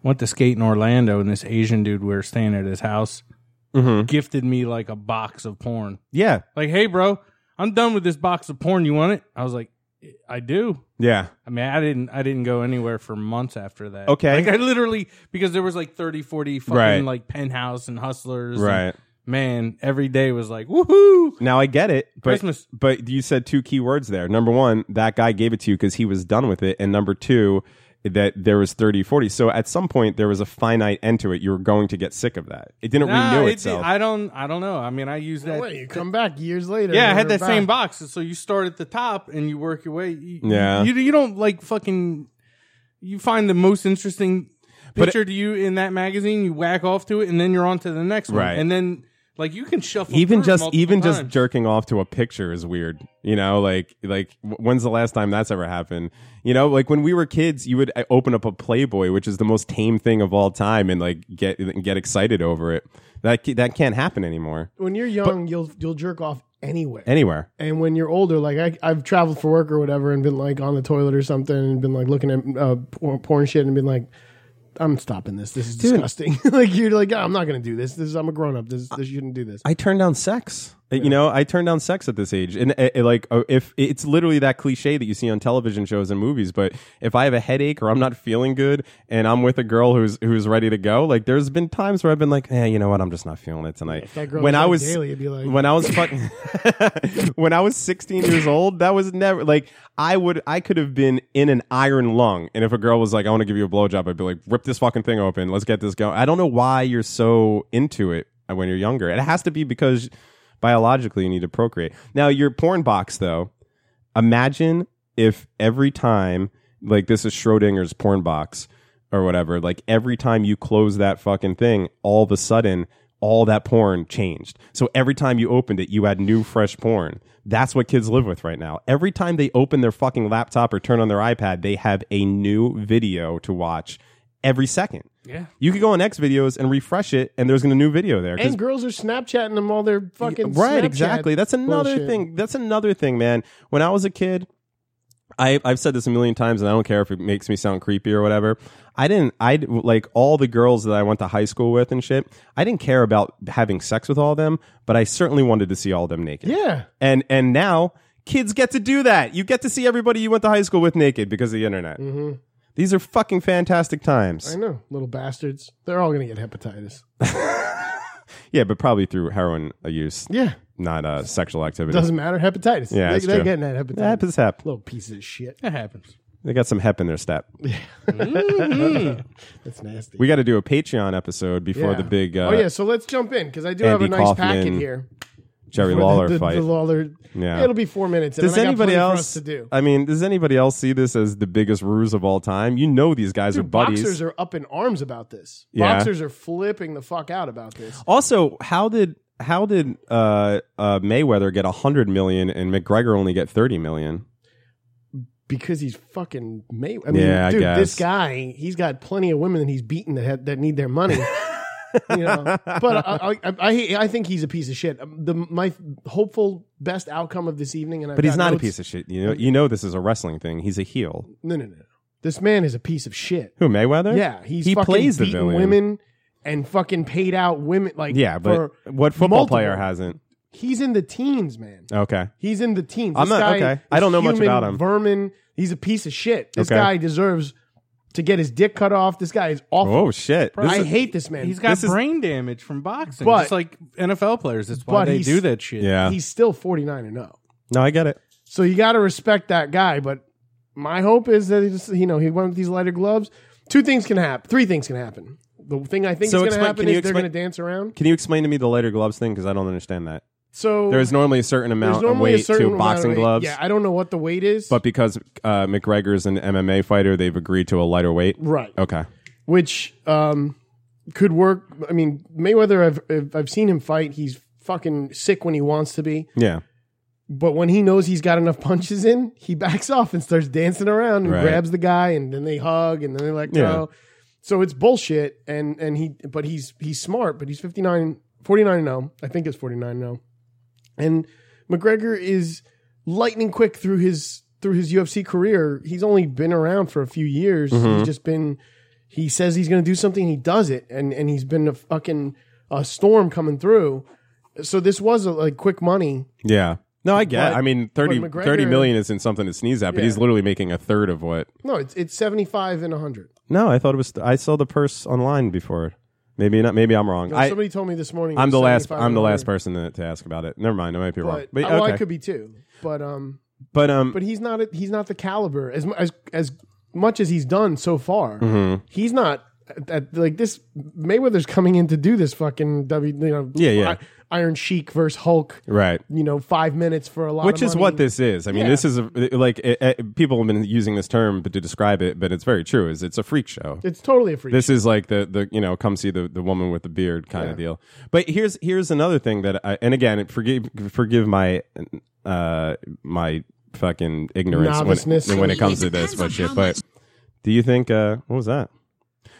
went to skate in Orlando and this Asian dude we were staying at his house
Mm-hmm.
gifted me like a box of porn.
Yeah.
Like, "Hey bro, I'm done with this box of porn. You want it?" I was like, "I do."
Yeah.
I mean, I didn't I didn't go anywhere for months after that.
Okay.
Like I literally because there was like 30 40 fucking
Right.
like penthouse and hustlers. and,
Right.
man, every day was like, "Woohoo!"
Now I get it, but
Christmas.
but you said two key words there. Number one, that guy gave it to you because he was done with it, and number two, that there was 30, 40. So at some point there was a finite end to it. You were going to get sick of that. It didn't
Nah,
renew
it-
itself.
I don't I don't know. I mean, I use that
Wait, you come back years later.
Yeah, I
and
had
they're
that same
back.
box. So you start at the top and you work your way. You,
Yeah.
You, you don't like fucking. You find the most interesting
But
picture to you in that magazine. You whack off to it, and then you're on to the next one.
Right.
And then like you can shuffle
even
through
just
multiple
even just
times.
jerking off to a picture is weird you know like like w- when's the last time that's ever happened you know like when we were kids you would uh, open up a playboy which is the most tame thing of all time and like get get excited over it that ca- that can't happen anymore
When you're young, you'll you'll jerk off anywhere.
anywhere
And when you're older, like I, I've traveled for work or whatever, and been like on the toilet or something, and been like looking at uh, por- porn shit, and been like, "I'm stopping this. This is disgusting." like you're like, "I'm not gonna do this. This is I'm a grown up.
Uh,
This, this you shouldn't do this."
I turned down sex. Uh, You know, I turned down sex at this age, and uh, uh, like, uh, if it's literally that cliche that you see on television shows and movies. But if I have a headache or I'm not feeling good, and I'm with a girl who's who's ready to go, like, there's been times where I've been like, eh, you know what, I'm just not feeling it tonight.
that girl
when
was
I
on
was
Daily, it'd be like-
when I was fucking when I was 16 years old, that was never like I would I could have been in an iron lung, and if a girl was like, "I want to give you a blowjob," I'd be like, "Rip this fucking thing open, let's get this going." I don't know why you're so into it when you're younger. It has to be because biologically you need to procreate. Now your porn box though, imagine if every time like this is Schrodinger's porn box or whatever, like every time you close that fucking thing, all of a sudden all that porn changed. So every time you opened it, you had new fresh porn. That's what kids live with right now. Every time they open their fucking laptop or turn on their iPad, they have a new video to watch every second. Yeah. You could go on X videos and refresh it and there's a new video there. 'cause
and girls are Snapchatting them all their fucking
right
Snapchat
exactly that's another
bullshit.
thing that's another thing man when i was a kid I, i've said this a million times and i don't care if it makes me sound creepy or whatever i didn't i like all the girls that i went to high school with and shit i didn't care about having sex with all of them but i certainly wanted to see all of them naked
Yeah.
and and now kids get to do that you get to see everybody you went to high school with naked because of the internet
Mm-hmm.
these are fucking fantastic
I
times
know, little bastards. They're all gonna get hepatitis.
yeah but probably through heroin use
Yeah,
not uh, sexual activity
doesn't matter. Hepatitis.
Yeah,
they,
it's
they're
true.
getting that hepatitis.
that happens hap.
Little pieces of shit.
That happens.
They got some hep in their step.
That's nasty.
We got to do a Patreon episode before
Yeah.
the big uh,
oh yeah, so let's jump in because I do have
Andy
a nice packet
Kaufman
here.
Jerry
for the-
Lawler
the, the
fight.
Lawler.
Yeah.
it'll be four minutes. And
does
then I got
anybody
plenty for us
else?
to do?
I mean, does anybody else see this as the biggest ruse of all time? You know, these guys are
Dude,
buddies.
boxers are up in arms about this.
Yeah.
Boxers are flipping the fuck out about this.
also, how did how did uh, uh, Mayweather get hundred million and McGregor only get thirty million?
because he's fucking May. I mean,
Yeah, I
dude,
guess.
this guy, he's got plenty of women that he's beaten that have, that need their money. you know, but I, I, I, I think he's a piece of shit. Um, The my hopeful best outcome of this evening, and I've
But he's
got
not a
notes-
piece of shit. You know, you know this is a wrestling thing. He's a heel.
No, no, no. This man is a piece of shit.
Who Mayweather?
Yeah, he's
he
fucking
plays the
beaten
villain.
women and fucking paid out women. Like
Yeah, but
for
what football
multiple-
player hasn't?
He's in the teens, man.
Okay.
He's in the teens.
Uh, I'm
This
not-
guy
okay.
is
I don't know much
human
about him.
Vermin. He's a piece of shit. This
Okay.
guy deserves to get his dick cut off. This guy is awful.
Oh shit! This
I
is-
hate this man.
He's got
This is-
brain damage from boxing,
But-
just like NFL players. That's why
but
they
he's-
do that shit.
Yeah.
He's still 49 and 0.
No, I get it.
So you got to respect that guy. But my hope is that he just, you know he went with these lighter gloves. Two things can happen. Three things can happen. The thing I think
So
is going to
explain-
happen
can you
is they're
explain-
going to dance around.
Can you explain to me the lighter gloves thing? Because I don't understand that.
So
There is normally a certain
there's
amount of
normally a
weight
certain
to
amount of
boxing
weight.
gloves,
Yeah, I don't know what the weight is,
but because uh, McGregor's an MMA fighter, they've agreed to a lighter weight.
right.
Okay.
which um, could work. I mean, Mayweather, I've, if I've seen him fight. He's fucking sick when he wants to be.
Yeah.
But when he knows he's got enough punches in, he backs off and starts dancing around and
Right.
grabs the guy, and then they hug, and then they let go. So it's bullshit. And and he, but he's he's smart, but he's 59, 49 and 0. I think it's 49 and 0. And McGregor is lightning quick through his through his UFC career. He's only been around for a few years. He's just been. He says he's going to do something, he does it, and and he's been a fucking a storm coming through. So this was a, like quick money.
Yeah. No, I get.
But-
I mean, 30,
but McGregor-
30 million isn't something to sneeze at, but
Yeah.
he's literally making a third of what.
No, it's it's seventy five and hundred.
No, I thought it was. I saw the purse online before. Maybe not. Maybe I'm wrong.
No,
I,
somebody told me this morning.
I'm
it's
the last.
75
I'm the
and
last
100,
person to, to ask about it. Never mind. I might be wrong.
But,
But,
oh, I
okay.
could be too. But um,
but um.
but he's not. He's not the caliber as mu- as as much as he's done so far.
Mm-hmm.
He's not. At, at- like this, Mayweather's coming in to do this fucking W, you know,
Yeah, yeah.
I- Iron Sheik versus Hulk,
right.
you know, five minutes for a lot,
Which
of
is what
money.
this is. I mean,
Yeah.
this is a, like it, it- people have been using this term but to describe it, but it's very true. Is it's a freak show.
It's totally a freak.
this is like the the you know come see the the woman with the beard kind of deal but here's here's another thing that i and again forgive forgive my uh my fucking ignorance when,
Noviceness.
when it comes to this but shit but do you think uh what was that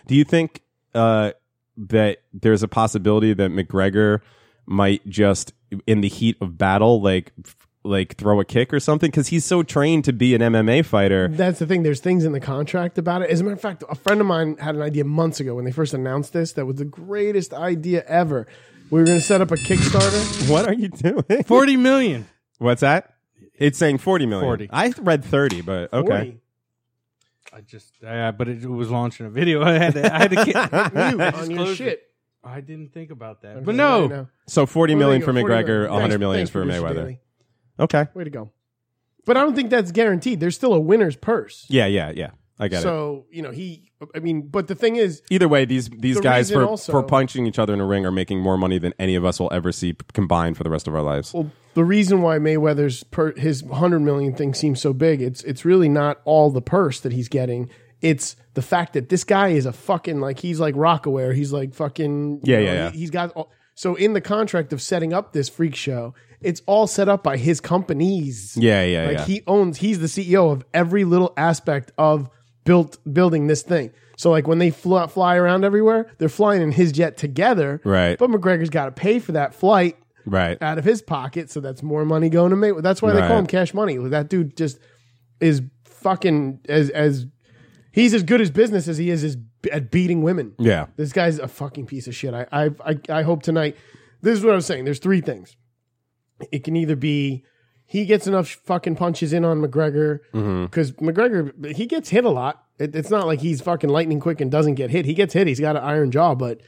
do you think uh that there's a possibility that mcgregor might just in the heat of battle like f- like throw a kick or something because he's so trained to be an mma fighter
That's the thing. There's things in the contract about it. As a matter of fact, a friend of mine had an idea months ago when they first announced this that was the greatest idea ever. We were going to set up a Kickstarter.
what are you doing
Forty million.
What's that? It's saying 40 million.
40.
I read 30, but okay.
40.
I just, uh, but it was launching a video. I had to, I had to. Get,
You on your
Disclosure.
shit.
I didn't think about that. But no,
Now.
So 40 million for
Well, there you go, 40 million.
McGregor,
Thanks-
100 million
thanks,
for
producer
Mayweather.
Daly.
Okay.
Way to go. But I don't think that's guaranteed. There's still a winner's purse.
Yeah, yeah, yeah. I get it.
So, you know, he, I mean, but the thing is,
Either way, these these
The
guys
reason
for
also-
for punching each other in a ring are making more money than any of us will ever see p- combined for the rest of our lives.
well, the reason why Mayweather's per, his hundred million thing seems so big, it's it's really not all the purse that he's getting. It's the fact that this guy is a fucking like he's like Rockaway, or he's like fucking you
Yeah, yeah, yeah.
He, has got all, so in the contract of setting up this freak show, it's all set up by his companies.
yeah, yeah,
like
yeah.
he owns, he's the CEO of every little aspect of built building this thing. So like when they fly, fly around everywhere, they're flying in his jet together.
Right.
But McGregor's got to pay for that flight
right.
out of his pocket, so that's more money going to Mayweather. That's why they
Right.
call him Cash Money. That dude just is fucking as as he's as good as business as he is as, at beating women.
yeah.
This guy's a fucking piece of shit. I I I, I hope tonight. This is what I was saying. There's three things. It can either be he gets enough fucking punches in on McGregor
Mm-hmm.
because McGregor he gets hit a lot. It, it's not like he's fucking lightning quick and doesn't get hit. He gets hit. He's got an iron jaw, but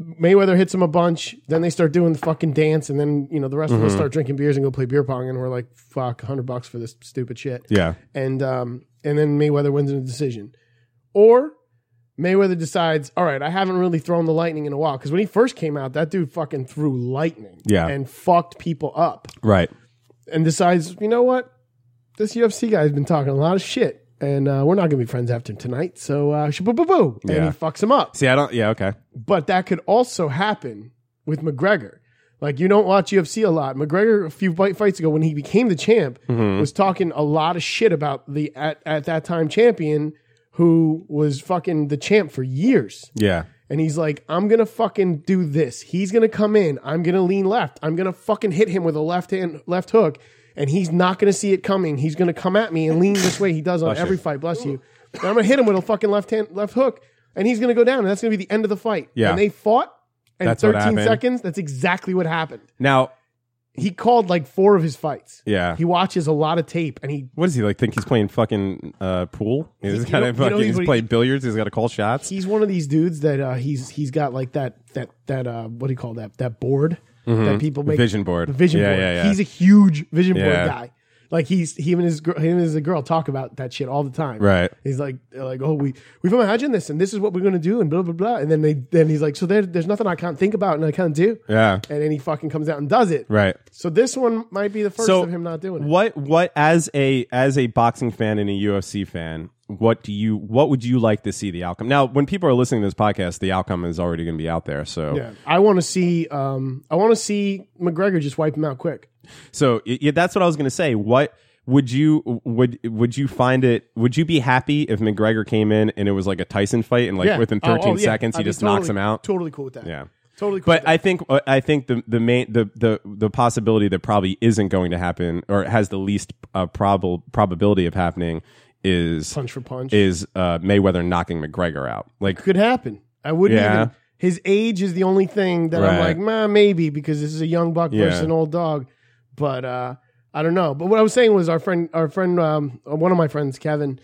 Mayweather hits him a bunch. Then they start doing the fucking dance, and then you know the rest
Mm-hmm.
of us start drinking beers and go play beer pong, and we're like, fuck, hundred bucks for this stupid shit
Yeah.
and um, and then Mayweather wins in a decision, or Mayweather decides, all right, I haven't really thrown the lightning in a while because when he first came out, that dude fucking threw lightning,
Yeah.
and fucked people up,
Right.
and decides, you know what, this UFC guy's been talking a lot of shit, and uh, we're not gonna be friends after tonight, so uh, boo boo boo, and
Yeah.
he fucks him up.
See, I don't Yeah, okay.
But that could also happen with McGregor. Like you don't watch UFC a lot. McGregor a few fight- fights ago when he became the champ was talking a lot of shit about the at, at that time champion who was fucking the champ for years.
Yeah.
And he's like, I'm gonna fucking do this. He's gonna come in. I'm gonna lean left. I'm gonna fucking hit him with a left hand, left hook, and he's not gonna see it coming. He's gonna come at me and lean this way. He does on
Bless
every
you.
fight. Bless you. And I'm gonna hit him with a fucking left hand, left hook, and he's gonna go down. And that's gonna be the end of the fight.
Yeah.
And they fought. And
That's what
13
happened.
seconds. That's exactly what happened.
Now,
He called like four of his fights.
Yeah.
He watches a lot of tape, and he
what does he like? Think he's playing fucking uh, pool? He's
you
got
know-
to
you know
fucking.
he's
He's
what he-
playing billiards. He's got to call shots.
he's one of these dudes that uh, he's he's got like that that that uh, what do you call that that board that people make
Mm-hmm. Vision board.
The vision
Yeah,
board.
yeah, yeah.
He's a huge vision
Yeah.
board guy. Like he's he and his gr- him and his girl talk about that shit all the time.
Right.
He's like they're like oh we we've imagined this and this is what we're gonna do and blah blah blah and then they then he's like so there, there's nothing I can't think about and I can't do.
Yeah.
And then he fucking comes out and does it.
Right.
So this one might be the first
so
of him not doing it.
what what as a as a boxing fan and a UFC fan, what do you what would you like to see the outcome? Now, when people are listening to this podcast, the outcome is already going to be out there. So
Yeah. I want to see um I want to see McGregor just wipe him out quick.
So y- yeah, that's what I was going to say. What would you would would you find it? Would you be happy if McGregor came in and it was like a Tyson fight and like
Yeah.
within
Oh, oh,
13
yeah.
seconds he
I'd be
just knocks
totally-
him out?
Totally cool with that.
Yeah.
Totally cool. with
But
that.
I think uh, I think the the main the, the the possibility that probably isn't going to happen or has the least uh, probable probability of happening is
punch for punch.
is uh, Mayweather knocking McGregor out. Like
could happen. I wouldn't
Yeah.
even. His age is the only thing that I'm
Right.
like, nah, maybe because this is a young buck versus
Yeah.
an old dog. But uh, I don't know. But what I was saying was our friend, our friend, um, one of my friends, Kevin.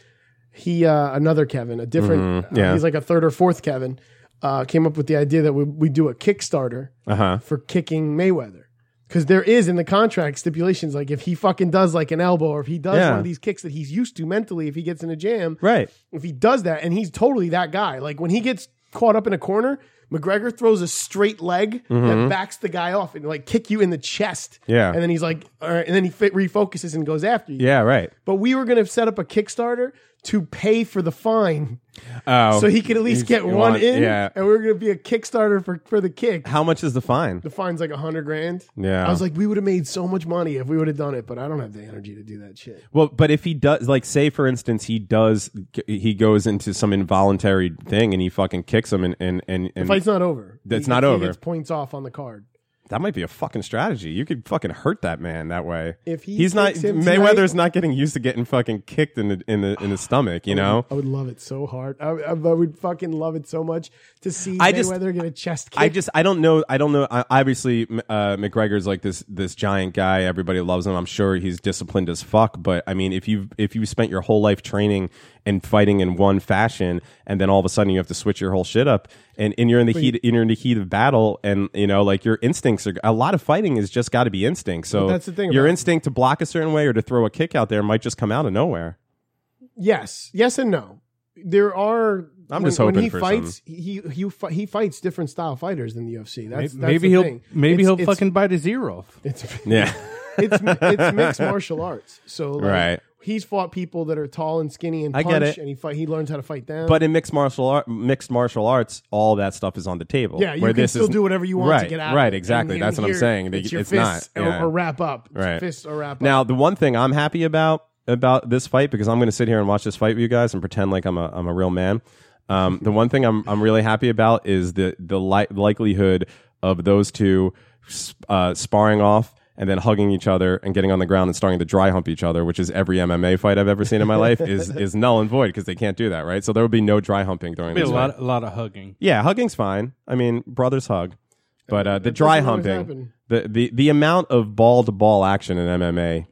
He uh, another Kevin, a different.
Mhm. Yeah.
uh, he's like a third or fourth Kevin. Uh, came up with the idea that we we do a Kickstarter
uh huh.
for kicking Mayweather. Because there is in the contract stipulations, like if he fucking does like an elbow or if he does
Yeah.
one of these kicks that he's used to mentally, if he gets in a jam,
Right.
if he does that, and he's totally that guy. Like when he gets caught up in a corner, McGregor throws a straight leg that backs the guy off and like kick you in the chest.
Mm-hmm. Yeah.
and then he's like, all right, and then he fit, refocuses and goes after you.
Yeah. Right.
But we were gonna set up a Kickstarter to pay for the fine,
Oh,
so he could at
he's-
least get
you
one
want-
in.
Yeah.
and we are gonna be a Kickstarter for for the kick.
How much is the fine?
The fine's like a hundred grand.
Yeah.
I was like, we would have made so much money if we would have done it, but I don't have the energy to do that shit.
Well, but if he does, like, say for instance, he does, he goes into some involuntary thing and he fucking kicks him, and and and,
The
and
fight's not over.
That's
He-
not
he
over.
Gets points off on the card.
that might be a fucking strategy. You could fucking hurt that man that way.
If he
he's not
kicks him
Mayweather's not getting used to getting fucking kicked in the in the in the stomach,
Oh,
you know.
I would love it so hard. I, I, I would fucking love it so much to see
I
I
just-
Mayweather get a chest kick.
I just I don't know I don't know I, obviously m- uh, McGregor's like this this giant guy everybody loves him I'm sure he's disciplined as fuck but I mean if you if you spent your whole life training and fighting in one fashion and then all of a sudden you have to switch your whole shit up and, and you're in the heat and you're in the heat of battle and you know like your instincts are a lot of fighting has just got to be instinct so
But that's the thing
your
about-
instinct to block a certain way or to throw a kick out there might just come out of nowhere
yes, yes, and no. There are.
I'm
when-
just
when
hoping
he
for
fights. He he fi- he fights different style fighters than the UFC. That's, that's
maybe
the
he'll
thing.
maybe
It's-
he'll
it's-
fucking bite his ear off.
It's,
yeah
it's it's mixed martial arts. So like,
Right.
He's fought people that are tall and skinny and
I
punch,
get it.
and he fight. He learns how to fight down.
but in mixed martial art, mixed martial arts, all that stuff is on the table.
Yeah, you
Where
can
this
still
is-
do whatever you want
right,
to get out. of
Right,
it.
exactly.
And-
That's
and
what I'm
here,
saying. They-
It's, your
not.
fists or-
yeah.
or, wrap up. It's
Right.
Fists or wrap up.
now, the one thing I'm happy about about this fight because I'm going to sit here and watch this fight with you guys and pretend like I'm a I'm a real man. Um, the one thing I'm I'm really happy about is the the li- likelihood of those two s- uh, sparring off. And then hugging each other and getting on the ground and starting to dry hump each other, which is every MMA fight I've ever seen in my life, is is null and void because they can't do that, right? So there will be no dry humping during
Be a
this fight.
lot, a lot of hugging.
Yeah, hugging's fine. I mean, brothers hug. But uh, the
That
dry
doesn't always
humping,
happen.
the, the, the amount of ball to ball action in MMA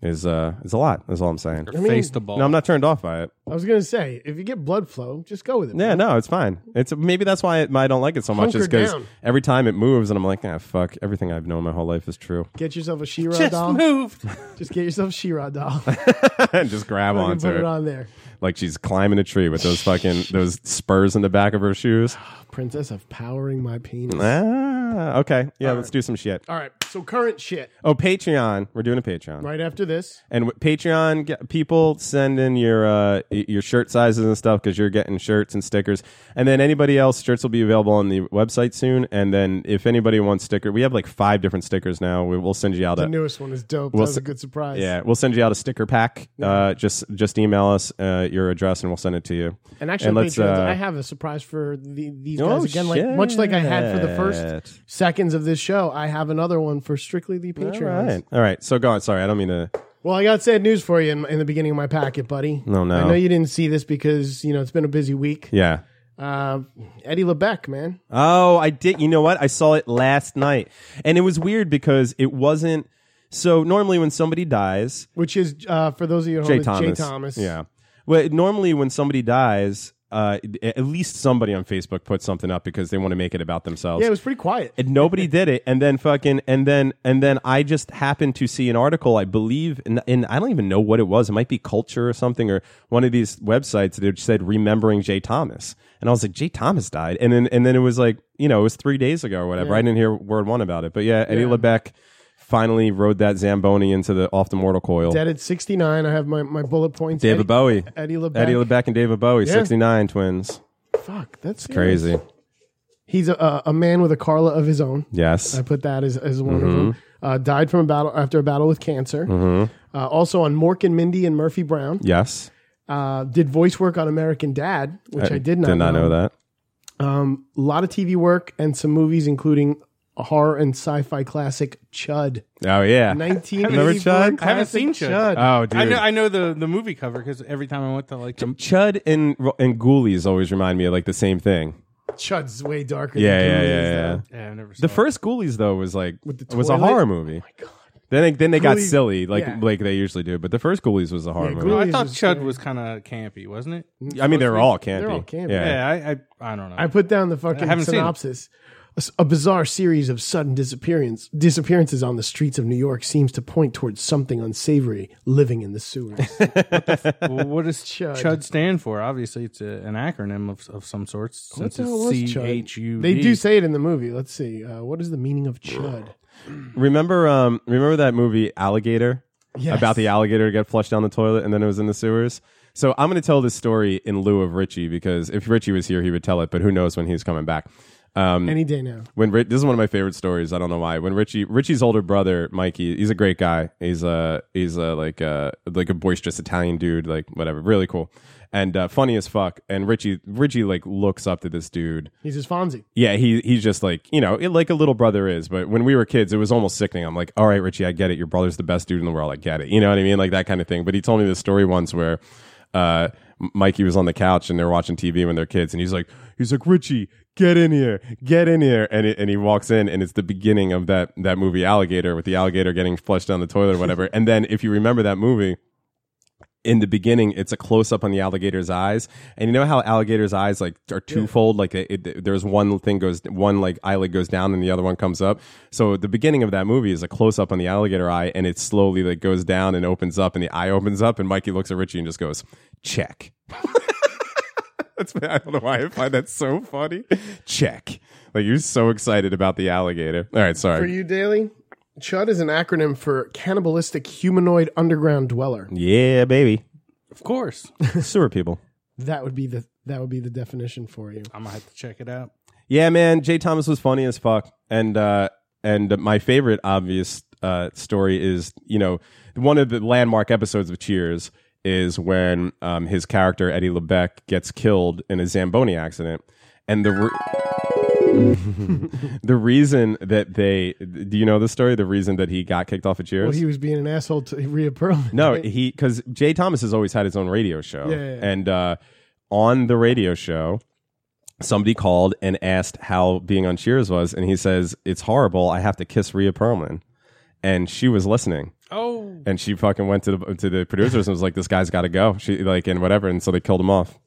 is uh is a lot. That's all I'm saying.
mean-
Face the ball.
No, I'm not turned off by it.
I was gonna say, if you get blood flow, just go with it.
Yeah, no, it's fine. It's maybe that's why I, I don't like it so much is
Hunker
because
down.
every time it moves and I'm like, ah, fuck, everything I've known my whole life is true,
Get yourself a She-Ra
just
doll.
moved.
Just get yourself a She-Ra doll. Fucking
and just grab
put
onto
it
it.
on there.
Like she's climbing a tree with those fucking those spurs in the back of her shoes.
Princess of powering my penis.
Ah, okay, yeah, let's do some shit.
All right, so current shit.
Oh, Patreon, we're doing a Patreon.
Right after this,
And with Patreon g- people send in your uh, y- your shirt sizes and stuff because you're getting shirts and stickers. And then anybody else, shirts will be available on the website soon. And then if anybody wants sticker, we have like five different stickers now. We, we'll send you out
the
a
newest one is dope.
We'll
that was
s-
a good surprise.
yeah, we'll send you out a sticker pack. Uh, just just email us uh, your address and we'll send it to you. uh,
And actually, Patreons, I have a surprise for the, these guys
Oh,
again. Like much like I had for the first
shit.
seconds of this show, I have another one for strictly the
all
Patreon.
right, all right. So go on. Sorry, I don't mean to.
Well, I got sad news for you in, in the beginning of my packet, buddy.
No, no.
I know you didn't see this because you know it's been a busy week.
Yeah.
Uh, Eddie LeBeck, man.
Oh, I did. You know what? I saw it last night, and it was weird because it wasn't. So normally, when somebody dies,
which is uh, for those of you at home,
Jay
it's
Thomas,
Jay Thomas.
yeah. Well, normally when somebody dies, uh, at least somebody on Facebook put something up because they want to make it about themselves.
Yeah, it was pretty quiet.
and nobody did it and then fucking and then and then i just happened to see an article i believe and, and i don't even know what it was it might be culture or something or one of these websites that said remembering jay thomas and i was like jay thomas died and then and then it was like you know it was three days ago or whatever i didn't hear word one about it but yeah eddie lebeck finally rode that zamboni into the off the mortal coil
Dead at 69. I have my, my bullet points.
david
Eddie-
bowie
Eddie Lebeck.
eddie lebeck and david bowie
Yeah.
69 twins
Fuck, that's
crazy
He's a- a, a man with a Carla of his own.
yes
I put that as, as one
Mm-hmm.
of them. Uh, died from a battle after a battle with cancer.
Mm-hmm.
Uh, also on Mork and Mindy and Murphy Brown.
yes
Uh, did voice work on American Dad, which I, did not
did not know
know.
that
A lot of TV work and some movies, including a horror and sci-fi classic Chud.
oh yeah
Nineteen.
Remember Chud?
I haven't seen Chud.
oh dude
I know, I know the, the movie cover because every time I went to like the,
Chud and and Ghoulies always remind me of like the same thing.
Chud's way darker.
Yeah,
than
yeah,
Goonies,
yeah,
though.
yeah.
yeah, I never saw
The first Ghoulies though was like
the
was a
toilet? Oh
horror movie. Then they, then they got
Ghoulies-
silly like
yeah.
like they usually do. But the first Ghoulies was a horror
Yeah,
it.
movie.
Well, I
Ghoulies
thought
was-
Chud was kind of campy, wasn't it?
I mean, they're all campy.
They're all campy.
Yeah.
Yeah, I I, I don't know.
I put down the fucking
haven't seen it.
synopsis. A s- A bizarre series of sudden disappearance disappearances on the streets of New York seems to point towards something unsavory living in the sewers.
well, what does Chud.
Chud.
stand for? Obviously, it's a, an acronym of, of some sort. Since
the hell was
it's C
Chud?
H U.
they do say it in the movie. Let's see. Uh, what is the meaning of chud?
Remember um remember that movie Alligator
Yes.
about the alligator that got flushed down the toilet and then it was in the sewers. So I'm going to tell this story in lieu of Richie because if Richie was here, he would tell it. But who knows when he's coming back? Um,
Any day now.
when Ri- this is one of my favorite stories. I don't know why. When Richie Richie's older brother Mikey, he's a great guy. He's a he's a like a like a boisterous Italian dude, like whatever, really cool and uh, funny as fuck. And Richie Richie like looks up to this dude.
He's just Fonzie.
Yeah, he he's just like you know it, like a little brother is. But when we were kids, it was almost sickening. I'm like, all right, Richie, I get it. Your brother's the best dude in the world. I get it. You know what I mean, like that kind of thing. But he told me this story once where. Uh, M- Mikey was on the couch and they're watching TV when they're kids, and he's like, he's like, Richie, get in here, get in here, and it, and he walks in, and it's the beginning of that that movie Alligator with the alligator getting flushed down the toilet or whatever. and then if you remember that movie, in the beginning, it's a close up on the alligator's eyes, and you know how alligators' eyes like are twofold, like it, it- there's one thing goes one like eyelid goes down and the other one comes up. So the beginning of that movie is a close up on the alligator eye, and it slowly like goes down and opens up, and the eye opens up, and Mikey looks at Richie and just goes, "Check." That's I don't know why I find that so funny. Check. Like you're so excited about the alligator. All right,
For
sorry.
you, Daily, chud is an acronym for cannibalistic humanoid underground dweller.
yeah, baby.
Of course,
Sewer people.
That would be the that would be the definition for you.
I'm gonna have to check it out.
Yeah, man, Jay Thomas was funny as fuck, and uh, and my favorite obvious uh, story is you know one of the landmark episodes of Cheers is when um, his character Eddie Lebeck gets killed in a Zamboni accident, and the. Re- the reason that they do you know the story the reason that he got kicked off of cheers
Well, he was being an asshole to Rhea Perlman.
no, he because Jay Thomas has always had his own radio show,
Yeah, yeah, yeah.
and uh, on the radio show, somebody called and asked how being on Cheers was, and he says it's horrible. I have to kiss Rhea Perlman, and she was listening,
Oh,
and she fucking went to the to the producers and was like, "This guy's got to go." She like and whatever, and so they killed him off.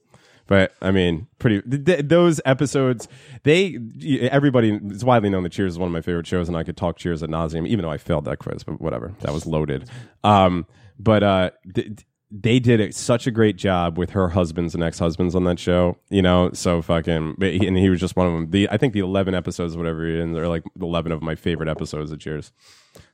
But I mean, pretty th- th- those episodes. They everybody it's widely known that Cheers is one of my favorite shows, and I could talk Cheers at nauseum, even though I failed that quiz. But whatever, that was loaded. Um, but uh, th- they did it, such a great job with her husbands and ex husbands on that show. You know, so fucking, but he- and he was just one of them. The I think the eleven episodes, whatever, and they're like eleven of my favorite episodes of Cheers.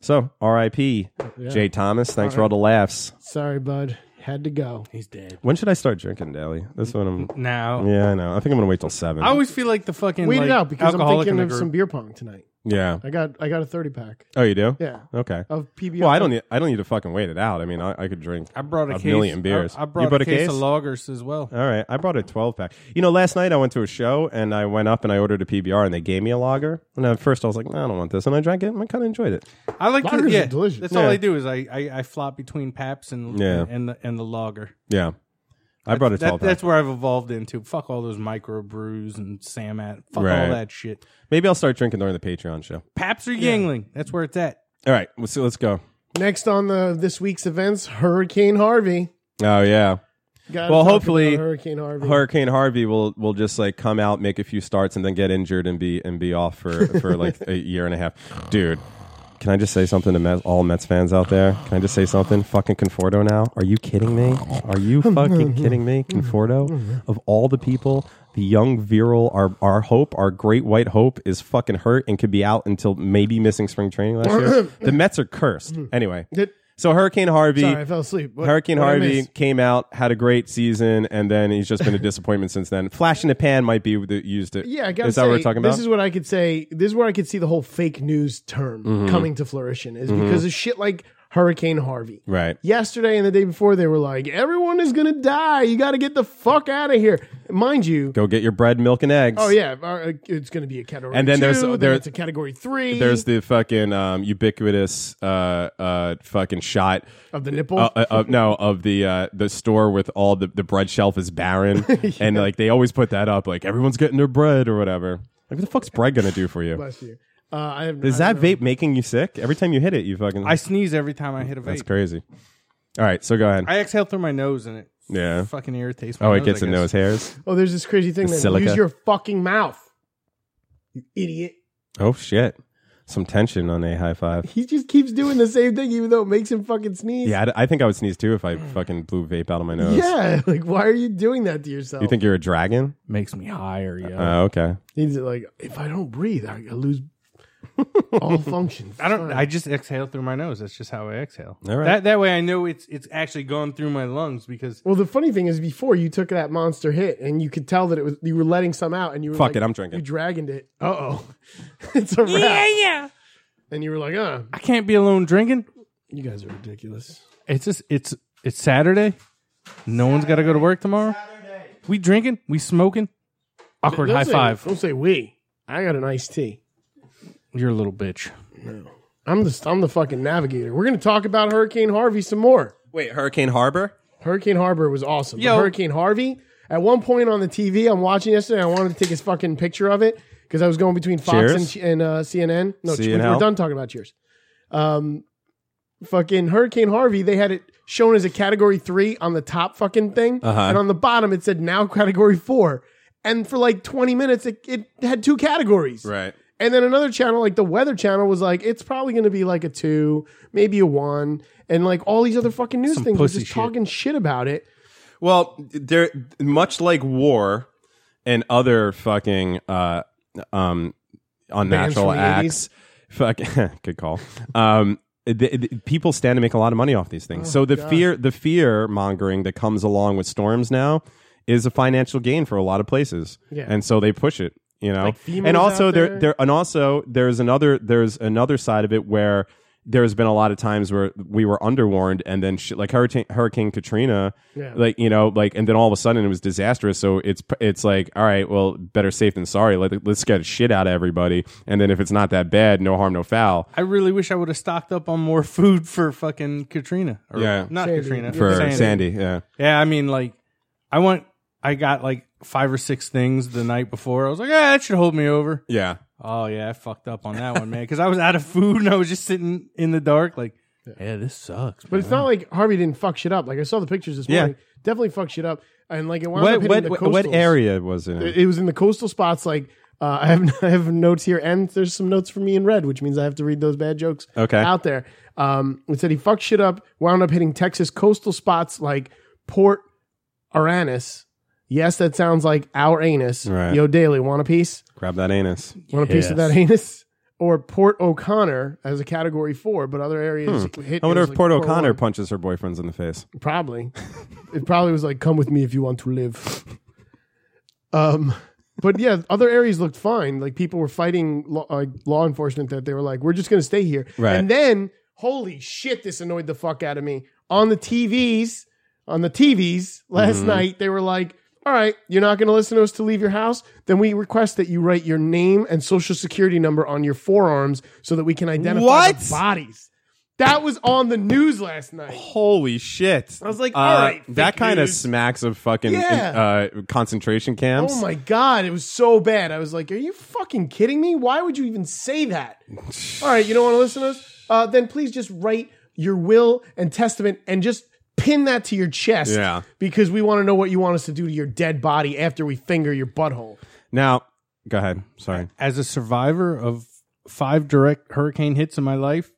So R.I.P. Jay Thomas. Thanks for all the laughs.
Sorry, bud. Had to go.
he's dead
When should I start drinking, Daly? This one, I'm.
now.
Yeah, I know. I think I'm gonna wait till seven.
I always feel like the fucking
Wait
like,
it out because I'm
alcoholic
thinking
in
of
the
some
group.
beer pong tonight.
yeah.
I got I got a thirty pack.
Oh, you do?
Yeah.
Okay.
Of PBR.
Well, I don't need. I don't need to fucking wait it out. I mean, I, I could drink.
I brought a,
a
case,
million beers.
I, I brought,
you brought
a, case,
case
of lagers as well.
All right, I brought a 12 pack. You know, last night I went to a show and I went up and I ordered a PBR and they gave me a lager. And at first I was like, nah, I don't want this, and I drank it and I kind of enjoyed it.
I like
Lagers
to,
are
yeah,
delicious.
That's
Yeah.
all I do is I, I, I flop between Paps and
Yeah.
and the and the lager.
Yeah, I brought a
That-
12 pack.
that's where I've evolved into. Fuck all those micro brews and Samat. Fuck
Right.
all that shit.
Maybe I'll start drinking during the Patreon show.
Paps or Yingling. That's where it's at.
All right, let's so let's go.
Next on the this week's events, Hurricane Harvey.
Oh yeah,
Gotta
Well,
talk
hopefully-
about Hurricane Harvey.
Hurricane Harvey will will just like come out, make a few starts, and then get injured and be and be off for for like a year and a half. Dude, can I just say something to Mets, all Mets fans out there? Can I just say something? Fucking Conforto now? Are you kidding me? Are you fucking kidding me? Conforto, of all the people. The young virile, our our hope, our great white hope, is fucking hurt and could be out until maybe missing spring training last year. The Mets are cursed. Anyway,
Did-
so Hurricane Harvey,
Sorry, I fell asleep. What-
Hurricane
what I
Harvey
missed?
came out, had a great season, and then he's just been a disappointment since then. Flash in the pan might be the, used to.
Yeah, I gotta
is that what we're
say,
talking
This
about?
is what I could say. This is where I could see the whole fake news term
Mm-hmm.
coming to flourishing is because of shit like Hurricane Harvey.
Right.
Yesterday and the day before, they were like, "Everyone is gonna die. You got to get the fuck out of here." Mind you,
Go get your bread, milk, and eggs.
oh yeah, uh, it's gonna be a category.
And then
two,
there's- there-
it's a category three.
There's the fucking um, ubiquitous uh, uh, fucking shot
of the nipple.
Uh, uh, uh, no, of the uh, the store with all the the bread shelf is barren, and like they always put that up, like everyone's getting their bread or whatever. Like, what the fuck's bread gonna do for you?
Bless you. Uh, I have,
Is
I
that
don't know.
vape making you sick? Every time you hit it, you fucking.
I sneeze every time I hit a vape.
Mm. that's crazy. All right, so go ahead.
I exhale through my nose and it
Yeah.
fucking irritates me.
Oh, it gets
I
in
guess.
those hairs.
Oh, there's this crazy thing.
The
Then
silica.
use your fucking mouth, you idiot.
Oh shit! Some tension on a high five.
He just keeps doing the same thing, even though it makes him fucking sneeze.
Yeah, I'd- I, think I would sneeze too if I fucking blew vape out of my nose.
Yeah, like why are you doing that to yourself?
You think you're a dragon?
Makes me higher, yeah.
Oh, okay.
He's like, if I don't breathe, I I lose all functions.
I don't. I just exhale through my nose. That's just how I exhale.
All right.
That that way I know it's it's actually gone through my lungs because
Well, the funny thing is, before you took that monster hit, and you could tell that it was you were letting some out, and you were
Fuck
like-
it, I'm drinking.
You dragoned it. Uh oh, it's a wrap. Yeah, yeah. And you were like, uh,
I can't be alone drinking.
you guys are ridiculous.
It's just it's it's Saturday. No one's got to go to work tomorrow. We drinking. We smoking. Awkward
Don't
high
say-
five.
Don't say we. I got an iced tea.
You're a little bitch.
I'm the I'm the fucking navigator. We're gonna talk about Hurricane Harvey some more.
Wait, Hurricane Harbor?
Hurricane Harbor was awesome. But
Yo.
Hurricane Harvey. At one point on the TV, I'm watching yesterday. I wanted to take his fucking picture of it because I was going between Fox
Cheers.
and, and uh, CNN. No,
See you
we're,
now.
we're done talking about Cheers. Um, fucking Hurricane Harvey. They had it shown as a Category Three on the top fucking thing,
Uh-huh.
and on the bottom it said now Category Four. And for like 20 minutes, it, it had two categories.
Right.
And then another channel, like the Weather Channel, was like, it's probably going to be like a two, maybe a one, and like all these other fucking news
Some
things were
pussy
just
shit.
talking shit about it.
Well, there much like war and other fucking uh um unnatural
from the
acts. Fuck, good call. Um the, the- people stand to make a lot of money off these
Oh
things. so the fear the fear mongering that comes along with storms now is a financial gain for a lot of places.
Yeah.
And so they push it, you know.
FEMA's
and also
out
there
there.
there and also there's another there's another side of it where there's been a lot of times where we were underwarned and then shit, like hurricane hurricane Katrina
Yeah.
like you know like and then all of a sudden it was disastrous so it's it's like all right well better safe than sorry Let, let's get shit out of everybody and then if it's not that bad no harm no foul
I really wish I would have stocked up on more food for fucking Katrina. Or,
Yeah.
Not
Sandy.
Katrina.
for Sandy, yeah
Yeah, I mean, like, I want, I got like five or six things the night before. I was like, yeah, that should hold me over.
yeah
Oh, yeah, I fucked up on that one, man. Cause I was out of food and I was just sitting in the dark, like, yeah, this sucks.
But it's not like Harvey didn't fuck shit up. Like I saw the pictures this
Yeah.
morning, definitely fucked shit up. And like it wound up
what
hitting
what
the
what,
coastal.
what area was it in?
It it was in the coastal spots. Like uh, I have I have notes here, and there's some notes for me in red, which means I have to read those bad jokes.
Okay.
out there. Um, it said he fucked shit up, wound up hitting Texas coastal spots like Port Aranis. Yes, that sounds like our anus.
Right.
Yo, Daily, want a piece?
grab that anus
Want a piece of
Yes.
that anus? Or Port O'Connor as a category four, but other areas hit.
Hmm. I wonder
it
if
was like oh
Port O'Connor
one.
punches her boyfriends in the face
Probably. it probably was like, come with me if you want to live. Um, but yeah, other areas looked fine. Like people were fighting law, like law enforcement that they were like, we're just going to stay here.
Right.
And then, holy shit, this annoyed the fuck out of me. On the TVs, on the TVs last
Mm-hmm.
night, they were like, all right, you're not going to listen to us to leave your house. Then we request that you write your name and social security number on your forearms so that we can identify
What?
the bodies. That was on the news last night.
Holy shit! I
was like, all right,
that
fake
kind of
news.
smacks of fucking
Yeah.
uh, concentration camps.
Oh my god, it was so bad. I was like, "Are you fucking kidding me? Why would you even say that?" All right, you don't want to listen to us? Uh, then please just write your will and testament and just pin that to your chest
Yeah.
because we want to know what you want us to do to your dead body after we finger your butthole.
Now, go ahead. Sorry.
As a survivor of five direct hurricane hits in my life,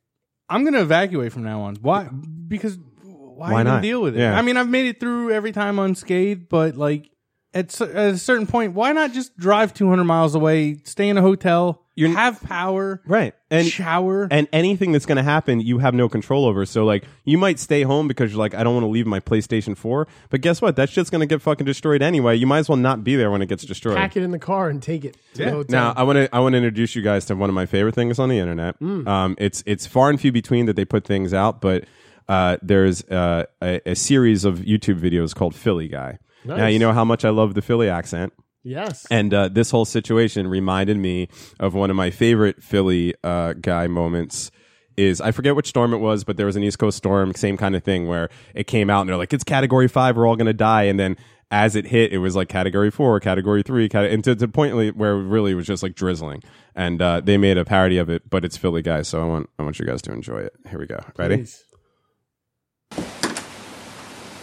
I'm going to evacuate from now on. Why? Because why,
Why
even
not?
deal with it?
Yeah.
I mean, I've made it through every time unscathed, but like at, s- at a certain point, why not just drive 200 miles away, stay in a hotel,
You're-
have power,
Right. And
shower?
and anything that's going to happen, you have no control over. So like, you might stay home because you're like, I don't want to leave my PlayStation 4, but guess what? That shit's going to get fucking destroyed anyway. You might as well not be there when it gets destroyed.
Pack it in the car and take it to the hotel.
Now uh, I want to I want to introduce you guys to one of my favorite things on the internet. Um, it's it's far and few between that they put things out, but uh, there's uh, a, a series of YouTube videos called Philly Guy. Now you know how much I love the Philly accent.
yes.
And uh, this whole situation reminded me of one of my favorite Philly uh, guy moments. Is I forget which storm it was, but there was an East Coast storm, same kind of thing where it came out and they're like, "It's Category Five, we're all gonna die," and then as it hit, it was like Category Four, Category Three, cate- and to to the point li- where it really was just like drizzling. And uh, they made a parody of it, but it's Philly guys, so I want I want you guys to enjoy it. Here we go. Ready?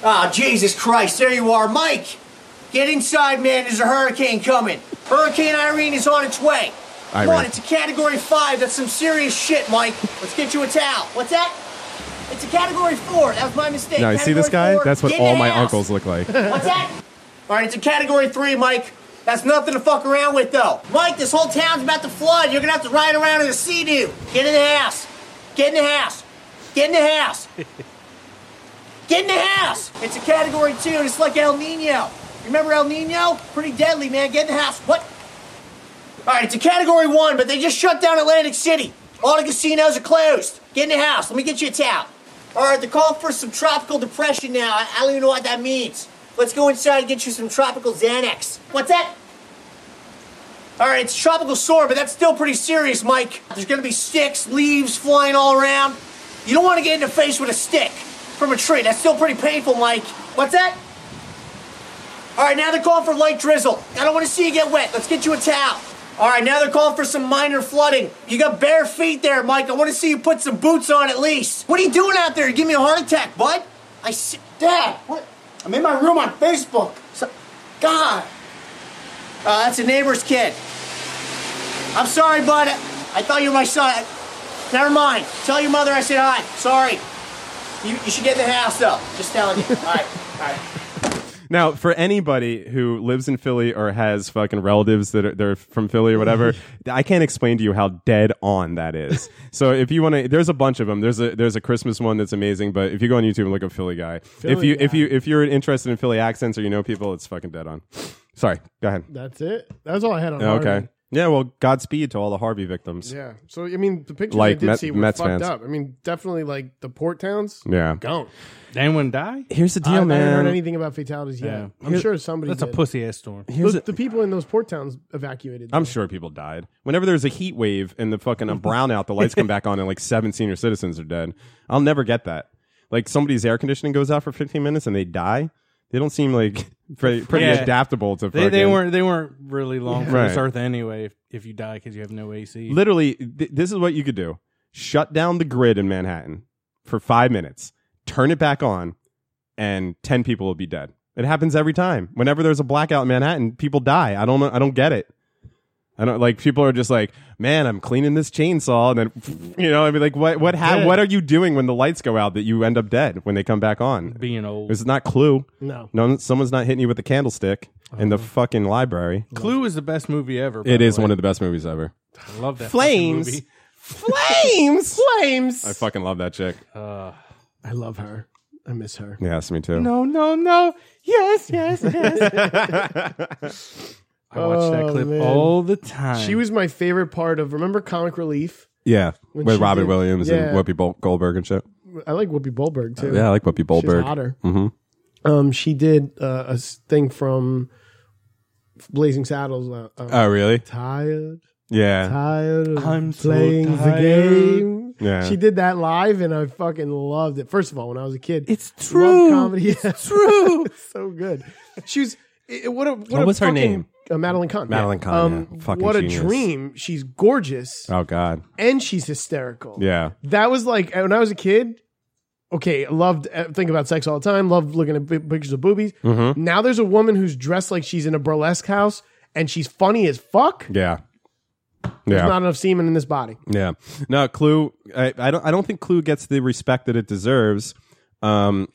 Ah, Jesus Christ, there you are, Mike! Get inside, man, there's a hurricane coming. Hurricane Irene is on its way. Come
Irene.
on, it's a category five. That's some serious shit, Mike. Let's get you a towel. What's that? It's a category four. That was my mistake.
Now you see
Category
this guy?
four.
That's what
Get in the
all my
house.
uncles look like.
What's that? All right, it's a category three, Mike. That's nothing to fuck around with, though. Mike, this whole town's about to flood. You're gonna have to ride around in a sea doo. Get in the house. Get in the house. Get in the house. Get in the house. It's a category two. and It's like El Nino. Remember El Nino? Pretty deadly, man. Get in the house. What? All right, it's a category one, but they just shut down Atlantic City. All the casinos are closed. Get in the house. Let me get you a towel. All right, they're calling for some tropical depression now. I, I don't even know what that means. Let's go inside and get you some tropical Xanax. What's that? All right, it's tropical storm, but that's still pretty serious, Mike. There's gonna be sticks, leaves flying all around. You don't want to get in the face with a stick from a tree. That's still pretty painful, Mike. What's that? All right, now they're calling for light drizzle. I don't want to see you get wet. Let's get you a towel. All right, now they're calling for some minor flooding. You got bare feet there, Mike. I want to see you put some boots on at least. What are you doing out there? You give me a heart attack, bud. I see. Dad, what? I'm in my room on Facebook. So- God. Uh, that's a neighbor's kid. I'm sorry, bud. I thought you were my son. Never mind. Tell your mother I said hi. Sorry. You, you should get in the house, though. Just telling you. All right, all right.
Now, for anybody who lives in Philly or has fucking relatives that are they're from Philly or whatever, I can't explain to you how dead on that is. so if you want to, there's a bunch of them. There's a there's a Christmas one that's amazing, but if you go on YouTube and look up Philly guy, if you if you if you're interested in Philly accents or you know people, it's fucking dead on. Sorry, go ahead.
That's it. That's all I had on
Okay.
Harvey.
Yeah, well, Godspeed to all the Harvey victims.
Yeah. So I mean, the pictures
Like
I did
Met-
see were
Mets
fucked
fans.
up. I mean, definitely like the port towns.
Yeah.
Gone.
Anyone die?
Here's the
I,
deal,
I haven't
man.
heard anything about fatalities yet.
Yeah.
I'm sure somebody.
That's a
did.
pussy ass storm.
Those- the people in those port towns evacuated.
I'm
though.
sure people died. Whenever there's a heat wave and the fucking a brownout, the lights come back on and like seven senior citizens are dead. I'll never get that. Like somebody's air conditioning goes out for 15 minutes and they die. They don't seem like pretty, pretty
Yeah.
adaptable to.
They, they
fucking-
weren't they weren't really long for
Right.
this earth anyway. If, if you die because you have no AC,
literally. Th- this is what you could do: shut down the grid in Manhattan for five minutes, turn it back on, and 10 people will be dead. It happens every time. Whenever there's a blackout in Manhattan, people die. I don't. know- I don't get it. I don't like people are just like, man, I'm cleaning this chainsaw, and then you know, I mean, like, what, what, ha-
Yeah.
what are you doing when the lights go out that you end up dead when they come back on?
being old.
It's not Clue.
No.
no, someone's not hitting you with a candlestick in the fucking library.
Clue is the best movie ever.
It is one of the best movies ever.
I love that fucking
Flames,
movie.
flames,
Flames.
I fucking love that chick.
I love her. I miss her.
Yes, me too.
No, no, no. Yes, yes, yes. I watch that
Oh,
clip
man.
all the time.
She was my favorite part of. Remember Comic Relief?
Yeah,
When
with
she
Robin
did-
Williams
yeah.
and Whoopi Bol- Goldberg and shit.
I like Whoopi Goldberg too.
Yeah, I like Whoopi
she's
Goldberg. Mm-hmm.
hotter. Um, she did uh, a s- thing from Blazing Saddles. Uh, uh,
Oh, really?
tired,
Yeah.
tired. of
I'm so
playing the
tired.
game.
Yeah.
She did that live, and I fucking loved it. First of all, when I was a kid,
It's
loved
true.
comedy. It's true. so good. She was. It, it- what a what,
What
a
was her
fucking-
name?
Uh, Madeline Kahn. Um,
Madeline Kahn, yeah. Fucking
what
genius.
a dream. She's gorgeous
Oh God.
and she's hysterical.
Yeah.
uh, That was like when I was a kid. okay, loved uh, think about sex all the time. Loved looking at bi- pictures of boobies.
Mhm.
Now there's a woman who's dressed like she's in a burlesque house and she's funny as fuck.
Yeah.
There's
Yeah.
not enough semen in this body.
Yeah. No, Clue. I, I don't. I don't think Clue gets the respect that it deserves. Um,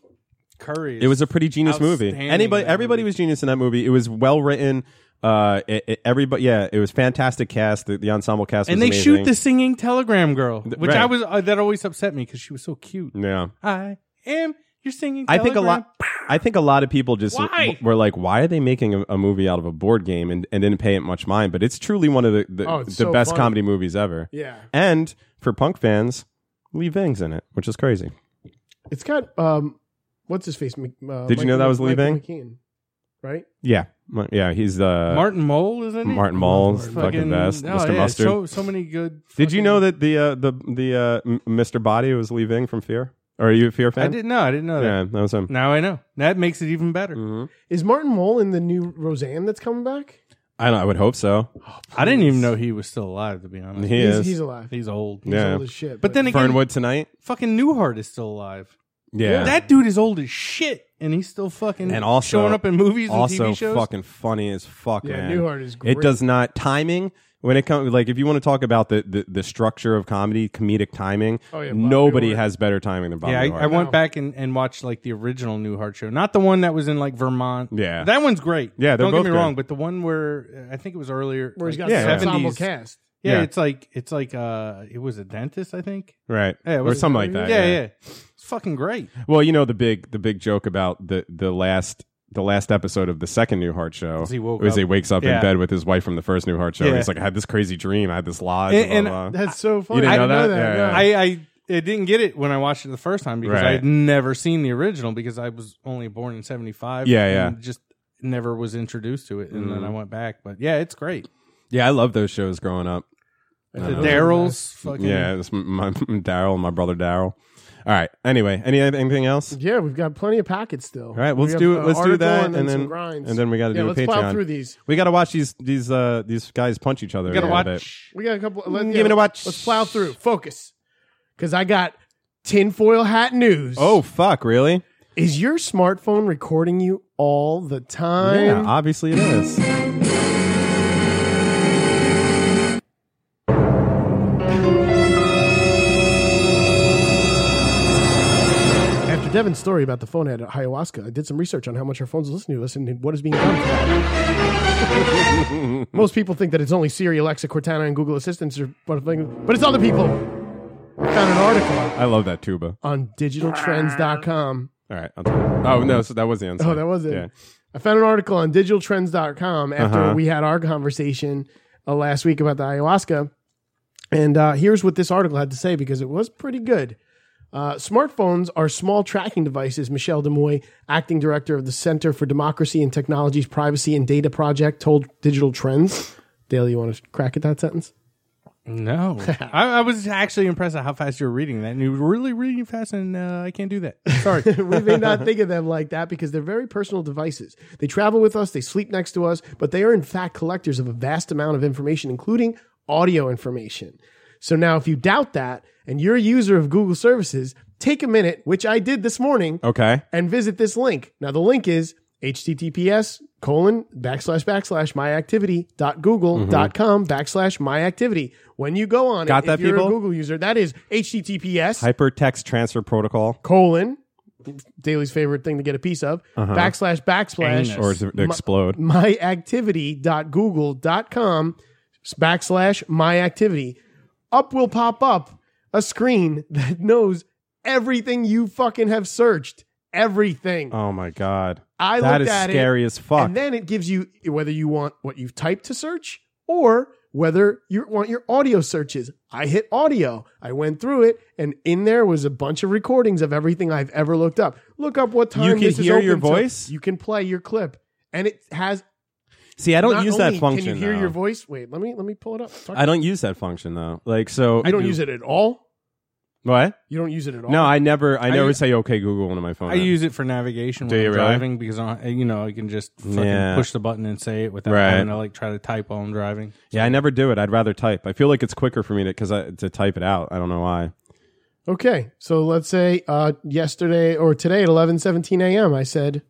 Curry.
it was a pretty genius movie.
outstanding
Anybody,
in that
everybody was genius in that movie. It was well written. Uh, it, it- everybody. Yeah, it was fantastic cast. The, the ensemble cast.
and
was
they shoot
amazing.
the singing telegram girl, which I
right.
was uh, that always upset me because she was so cute.
Yeah.
I am. You're singing.
I think a lot.
Telegram?
I think a lot of people just
Why?
w- were like, "Why are they making a, a movie out of a board game?" and, and didn't pay it much mind. But it's truly one of the the,
Oh,
the
it's so
best
funny.
comedy movies ever.
Yeah.
And for punk fans, Lee Vang's in it, which is crazy.
It's got um, what's his face? Mc- Uh,
Did you know that was Lee
Michael McKean, right?
Yeah, Mi- yeah, he's uh,
Martin Mole is in it.
Martin Mull's fucking best,
oh,
Mr.
yeah,
Mm, Mustard.
So, so many good.
Did you know that the uh, the the uh, M- Mr. Body was Lee Vang from Fear? Or are you a Fear fan?
I didn't know. I didn't know
Yeah, Mm.
that.
that was him.
Now I know. That makes it even better.
Is Martin Mull in the new Roseanne that's coming back?
I don't, I would hope so.
I didn't even know he was still alive. To be honest,
He
he's,
is.
he's alive.
He's old.
He's
yeah.
old as shit.
But then again,
Fernwood tonight.
fucking Newhart is still alive.
Yeah.
That dude is old as shit, and he's still fucking
and also
showing up in movies and
also
TV shows.
fucking funny as fuck
Yeah,
man
Newhart is
it
great.
does not timing when it comes like if you want to talk about the, the the structure of comedy comedic timing
Oh, yeah, Bob
nobody
Newhart.
has better timing than Bob
yeah, I,
Newhart.
I went back and, and watched like the original Newhart show, not the one that was in like Vermont.
Yeah.
that one's great.
Yeah, they're
don't
both
get me wrong,
good.
but the one where uh, I think it was earlier,
where he's
like,
got
Yeah,
yeah,
yeah.
ensemble
70s.
cast.
Yeah,
Yeah.
it's like it's like uh, it was a dentist, I think.
right
Yeah, it
or
was a-
something like that
Yeah, yeah, it's fucking great.
well you know the big the big joke about the the last the last episode of the second Newhart show
He woke
was
up.
he wakes up
Yeah.
in bed with his wife from the first Newhart show.
Yeah.
He's like, I had this crazy dream. I had this lodge.
And-
blah,
and
blah.
That's so funny.
didn't
I
know
didn't know
that?
that.
Yeah,
no.
yeah.
I, I it didn't get it when I watched it the first time because I
Right.
had never seen the original because I was only born in '75.
Yeah, yeah. Mm-hmm.
and Just never was introduced to it, and then I went back. But yeah, it's great.
yeah, I love those shows growing up.
The Daryl's fucking
Yeah, it's m- my Daryl, my brother Daryl. All right. Anyway, any anything else?
Yeah, we've got plenty of packets still.
All right, let's do let's do that, and then and then we got to do a
let's
Patreon.
plow through these.
We got to watch these these uh these guys punch each other.
You gotta
a little bit.
watch.
We got a couple. Let,
Mm, Give it a watch.
Let's plow through. Focus, because I got tinfoil hat news.
Oh fuck! Really?
is your smartphone recording you all the time?
Yeah, obviously it is.
After Devin's story about the phone ad at ayahuasca, I did some research on how much our phones listen to us and what is being done. For that. Most people think that it's only Siri, Alexa, Cortana, and Google Assistants, or but but it's other people. I found an article
I love that tuba.
on DigitalTrends.com.
All right. I'll tell you. Oh no, so that was the answer.
Oh, that was it.
Yeah.
I found an article on digitaltrends.com after
Uh-huh.
we had our conversation uh, last week about the ayahuasca. And uh, here's what this article had to say because it was pretty good. Uh, smartphones are small tracking devices, Michelle DeMoy, acting director of the Center for Democracy and Technology's Privacy and Data Project, told Digital Trends. Dale, you want to crack at that sentence?
No, I, I was actually impressed at how fast you were reading that, and you were really reading fast, and uh, I can't do that. Sorry.
we may not think of them like that because they're very personal devices. They travel with us, they sleep next to us, but they are in fact collectors of a vast amount of information, including audio information. So now, if you doubt that and you're a user of Google services, take a minute, which I did this morning,
Okay.
and visit this link. Now, the link is https colon backslash backslash myactivity.google.com backslash myactivity. When you go on
Mm-hmm. Got
it,
that,
if you're
people?
a Google user, that is https
Hypertext transfer protocol.
colon Daly's favorite thing to get a piece of backslash backslash
Or to explode.
myactivity.google.com backslash myactivity. Up will pop up a screen that knows everything you fucking have searched. Everything.
oh my god.
I
that
looked
is
at
scary
it,
as fuck.
And then it gives you whether you want what you've typed to search or whether you want your audio searches. I hit audio. I went through it, and in there was a bunch of recordings of everything I've ever looked up. Look up what time
You can
this is
hear
open
your
to-
voice?
you can play your clip, and it has.
See, I don't
not
use
only
that function.
Can you hear
though.
your voice? Wait, let me let me pull it up. Talk-
I don't use that function though. Like so.
you don't use it at all.
What?
You don't use it at all.
No, I never. I, never
use-
say okay Google on my phone.
I use it for navigation
Do
when
you
I'm
really?
driving because I, you know I can just fucking
Yeah.
push the button and say it without
Right.
having to like try to type while I'm driving.
Yeah, I never do it. I'd rather type. I feel like it's quicker for me to because to type it out. I don't know why.
Okay, so let's say uh, yesterday or today at eleven seventeen a.m. I said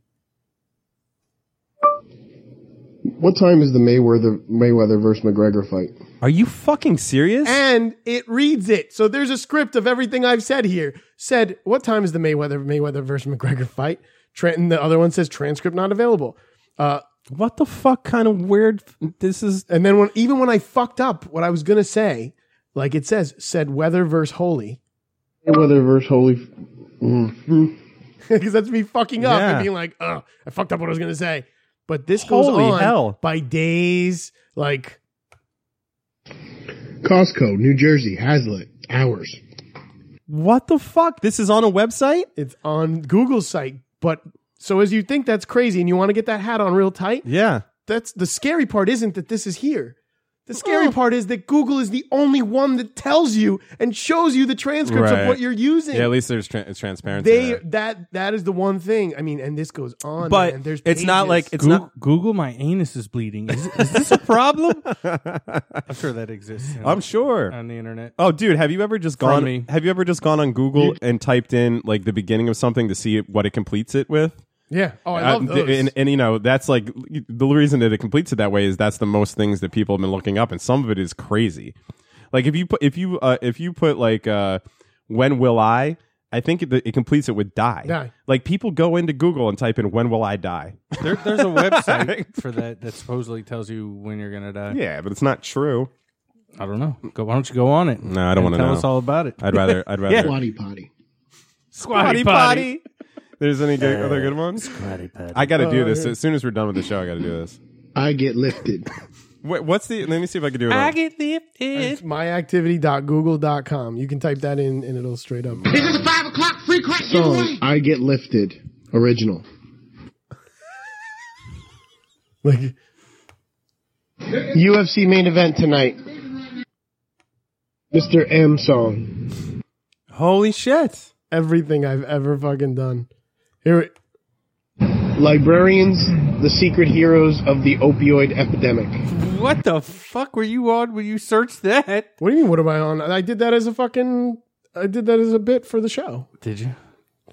What time is the Mayweather Mayweather versus McGregor fight?
Are you fucking serious?
and it reads it. So there's a script of everything I've said here. Said, what time is the Mayweather Mayweather versus McGregor fight? Trenton, the other one says transcript not available. Uh,
what the fuck kind of weird? This is
and then when even when I fucked up what I was gonna say, like it says, said weather versus holy,
Mayweather versus Holy. Mm.
because that's me fucking up
Yeah.
and being like, oh, I fucked up what I was gonna say. But this goes
Holy
on
hell.
by days, like
Costco, New Jersey, Hazlitt, hours.
What the fuck? This is on a website?
it's on Google's site. But so as you think that's crazy and you want to get that hat on real tight,
Yeah.
that's the scary part isn't that this is here. The scary part is that Google is the only one that tells you and shows you the transcripts
Right.
of what you're using.
Yeah, at least there's tra- it's transparency.
they
there.
that that is the one thing. I mean, and this goes on.
But
man. There's
it's not
pages.
like it's
Goo-
not.
Google, my anus is bleeding. Is, is this a problem? I'm sure that exists. you know,
I'm sure.
on the internet.
Oh, dude, have you ever just
From
gone?
me.
Have you ever just gone on Google and typed in like the beginning of something to see what it completes it with?
yeah. Oh, I love
Uh,
those.
th- and, and you know that's like the reason that it completes it that way is that's the most things that people have been looking up, and some of it is crazy. Like if you put if you uh, if you put like uh, when will I? I think it, it completes it with die.
Die.
Like people go into Google and type in when will I die?
There, there's a website for that that supposedly tells you when you're gonna die.
yeah, but it's not true.
I don't know. Go, why don't you go on it?
No, I don't
and
wanna
Tell
know.
us all about it.
I'd rather I'd rather
Squatty potty.
Squatty
There's any good, other good ones? I got to
Oh,
do this as soon as we're done with the show. I got to do this.
I get lifted.
Wait, what's the? Let me see if I can do it.
I get lifted.
it's myactivity.google.com. You can type that in and it'll straight up.
Song I get lifted. Original.
like
UFC main event tonight. Mr. M song.
Holy shit!
everything I've ever fucking done. Here, it-
Librarians, the secret heroes of the opioid epidemic.
What the fuck were you on when you searched that?
what do you mean? What am I on? I did that as a fucking. I did that as a bit for the show.
Did you?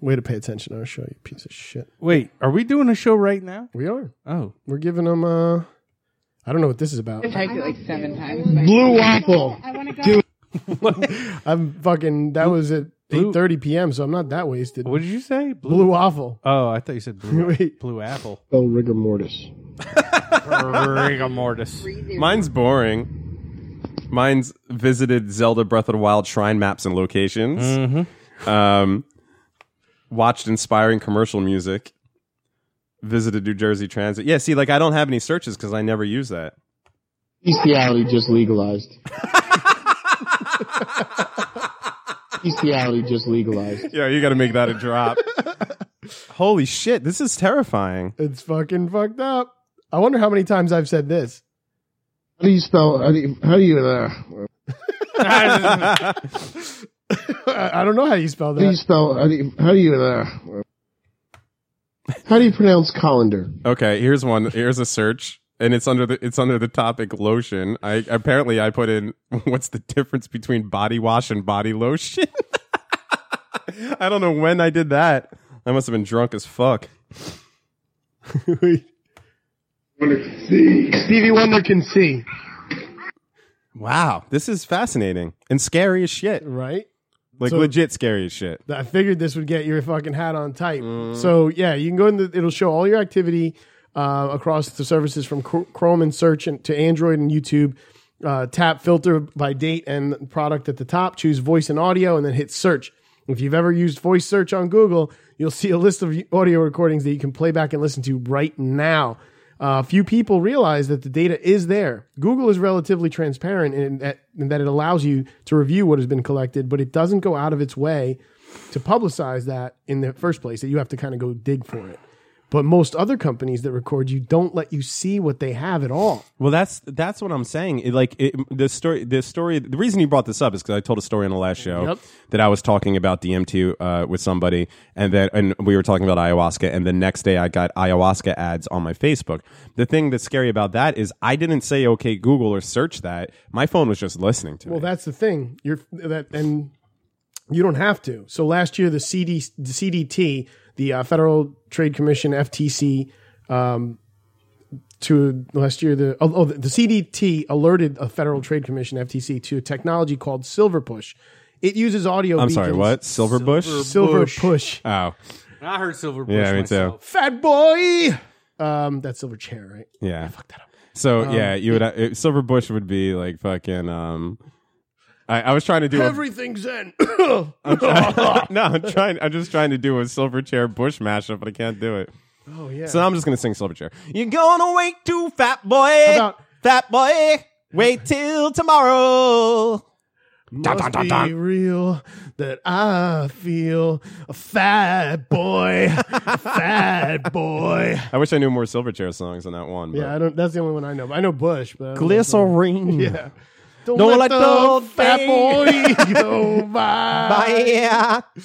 Way to pay attention. I'll show you piece of shit.
Wait, are we doing a show right now?
We are.
Oh,
We're giving them. Uh, I don't know what this is about.
Blue waffle. Dude,
I'm fucking. That was at
Blue-
eight thirty p.m. So I'm not that wasted.
what did you say?
Blue waffle.
Oh, I thought you said blue.
Wait.
Blue apple.
oh, rigor mortis.
Rigor mortis.
Mine's boring. Mine's visited Zelda Breath of the Wild shrine maps and locations. Um, watched inspiring commercial music. Visited New Jersey Transit. Yeah, see, like I don't have any searches because I never use that.
Bestiality just legalized. Bestiality E just legalized.
Yeah, you got to make that a drop. Holy shit! This is terrifying.
It's fucking fucked up. I wonder how many times I've said this.
How do you spell? How do you? How do you? Uh,
I I don't know how you spell
how do you
that.
spell? How do you? How do you? Uh, how do you pronounce colander?
Okay, here's one. Here's a search, and it's under the it's under the topic lotion. I apparently I put in what's the difference between body wash and body lotion. I don't know when I did that. I must have been drunk as fuck.
Stevie Wonder can see.
Wow, this is fascinating and scary as shit.
Right.
Like
So-
legit scary as shit.
I figured this would get your fucking hat on tight. So yeah, you can go in. The, it'll show all your activity uh, across the services from Chr- Chrome and search and to Android and YouTube. Uh, tap filter by date and product at the top. Choose voice and audio, and then hit search. If you've ever used voice search on Google, you'll see a list of audio recordings that you can play back and listen to right now. Uh, few people realize that the data is there. Google is relatively transparent in that, in that it allows you to review what has been collected, but it doesn't go out of its way to publicize that in the first place that you have to kind of go dig for it but most other companies that record you don't let you see what they have at all
Well, that's that's what I'm saying. It, like it, the story, the story. The reason you brought this up is because I told a story on the last show
Yep.
that I was talking about DMT uh, with somebody, and then and we were talking about ayahuasca, and the next day I got ayahuasca ads on my Facebook. The thing that's scary about that is I didn't say okay Google or search that. My phone was just listening to
well
it.
that's the thing you're that and You don't have to. So last year, the CD, the CDT, the uh, Federal Trade Commission, FTC, um, to last year, the oh, oh, the CDT alerted a Federal Trade Commission, FTC, to a technology called Silver Push. It uses audio.
I'm sorry,
beacons.
what? Silverbush?
Silver Push.
Oh.
I heard Silver Bush
Yeah, me
myself.
too.
Fat boy. Um, that's Silver Chair, right?
Yeah. So yeah, you would uh, Silver Bush would be like fucking um I, I was trying to do a,
Everything's in.
no, I'm trying I'm just trying to do a silver chair bush mashup, but I can't do it.
oh yeah.
So I'm just gonna sing silver chair. You're gonna wait too fat boy
about-
fat boy wait till tomorrow. Dun, dun,
Must
dun,
be
dun.
real that I feel a fat boy, fat boy.
I wish I knew more silver chair songs than that one.
Yeah, I
But.
don't. That's the only one I know. I know Bush, but I don't know if I-
Glycerine.
Yeah. Don't,
Don't let
let, the
the
fat
thing-
boy go by.
Bye.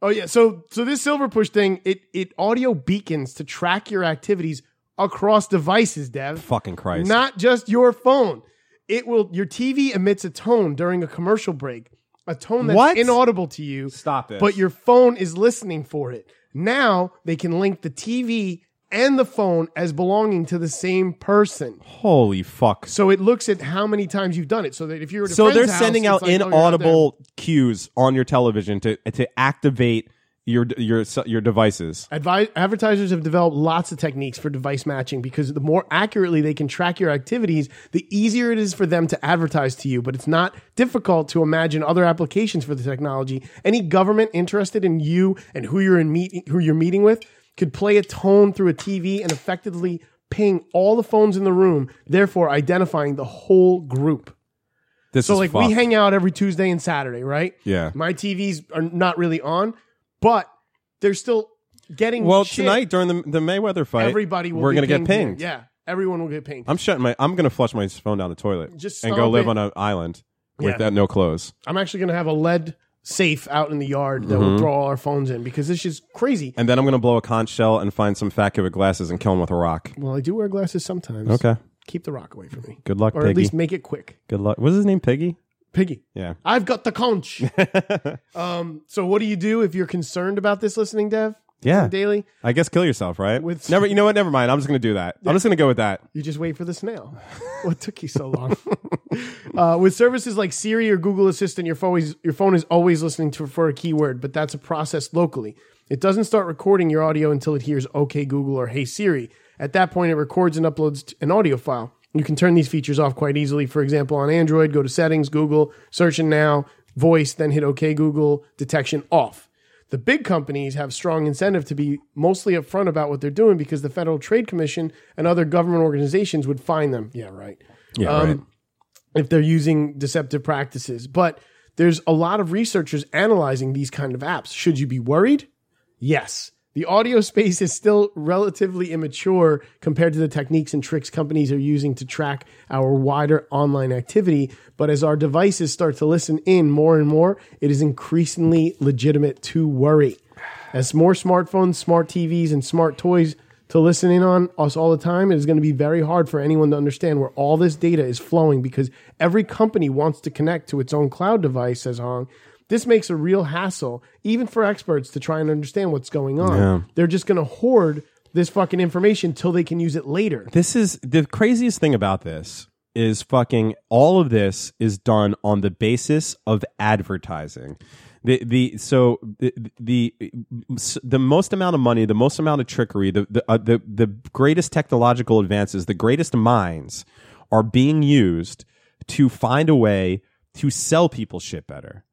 Oh yeah. So so this silver push thing, it it audio beacons to track your activities across devices, Dev.
Fucking Christ.
Not just your phone. It will your TV emits a tone during a commercial break. A tone that's
What?
inaudible to you.
Stop this.
But your phone is listening for it. Now they can link the TV and the phone as belonging to the same person.
Holy fuck.
So it looks at how many times you've done it. So that if you're at a
So they're
friend's house,
sending
it's
out
like, oh, you're there.
inaudible cues on your television to to activate your your your devices.
Advi- advertisers have developed lots of techniques for device matching because the more accurately they can track your activities, the easier it is for them to advertise to you. But it's not difficult to imagine other applications for the technology. Any government interested in you and who you're in meeting, who you're meeting with, could play a tone through a TV and effectively ping all the phones in the room, therefore identifying the whole group.
This
So
is
like
fucked.
we hang out every Tuesday and Saturday, right?
Yeah.
My TVs are not really on, but they're still getting
Well,
shit.
tonight during the the Mayweather fight,
everybody will
we're
be
gonna get
pinged.
pinged.
Yeah, everyone will get pinged. I'm,
I'm shutting my. I'm gonna flush my phone down the toilet
Just
and
stomp
go live
it.
on an island with
Yeah.
that no clothes.
actually going to have a lead safe out in the yard that
Mm-hmm.
will draw all our phones in because this is crazy.
And then I'm gonna blow a conch shell and find some fat kid with glasses and kill him with a rock.
Well, I do wear glasses sometimes.
Okay.
Keep the rock away from me.
Good luck,
Or at
Piggy.
least make it quick.
Good luck. What's his name? Piggy.
Piggy.
Yeah.
I've got the conch. um, so what do you do if you're concerned about this listening, Dev?
Yeah.
Daily?
I guess kill yourself, right?
With-
Never. You know what? Never mind. I'm just gonna do that. I'm just gonna go with that.
You just wait for the snail. what took you so long? uh, with services like Siri or Google Assistant, your phone, always, your phone is always listening to, for a keyword, but that's a process locally. It doesn't start recording your audio until it hears OK Google or Hey Siri. At that point, it records and uploads t- an audio file. You can turn these features off quite easily. For example, on Android, go to Settings, Google, Search and Now, Voice, then hit OK Google, Detection off. The big companies have strong incentive to be mostly upfront about what they're doing because the Federal Trade Commission and other government organizations would fine them. Yeah, right.
Yeah.
Um,
right.
If they're using deceptive practices. But there's a lot of researchers analyzing these kind of apps. Should you be worried? Yes. The audio space is still relatively immature compared to the techniques and tricks companies are using to track our wider online activity. But as our devices start to listen in more and more, it is increasingly legitimate to worry. As more smartphones, smart TVs, and smart toys to listen in on us all the time, it is going to be very hard for anyone to understand where all this data is flowing because every company wants to connect to its own cloud device, says Hong. This makes a real hassle, even for experts, to try and understand what's going on. They're just going to hoard this fucking information till they can use it later.
This is the craziest thing about this is fucking all of this is done on the basis of advertising. The the so the the, the most amount of money, the most amount of trickery, the the, uh, the the greatest technological advances, the greatest minds are being used to find a way to sell people shit better.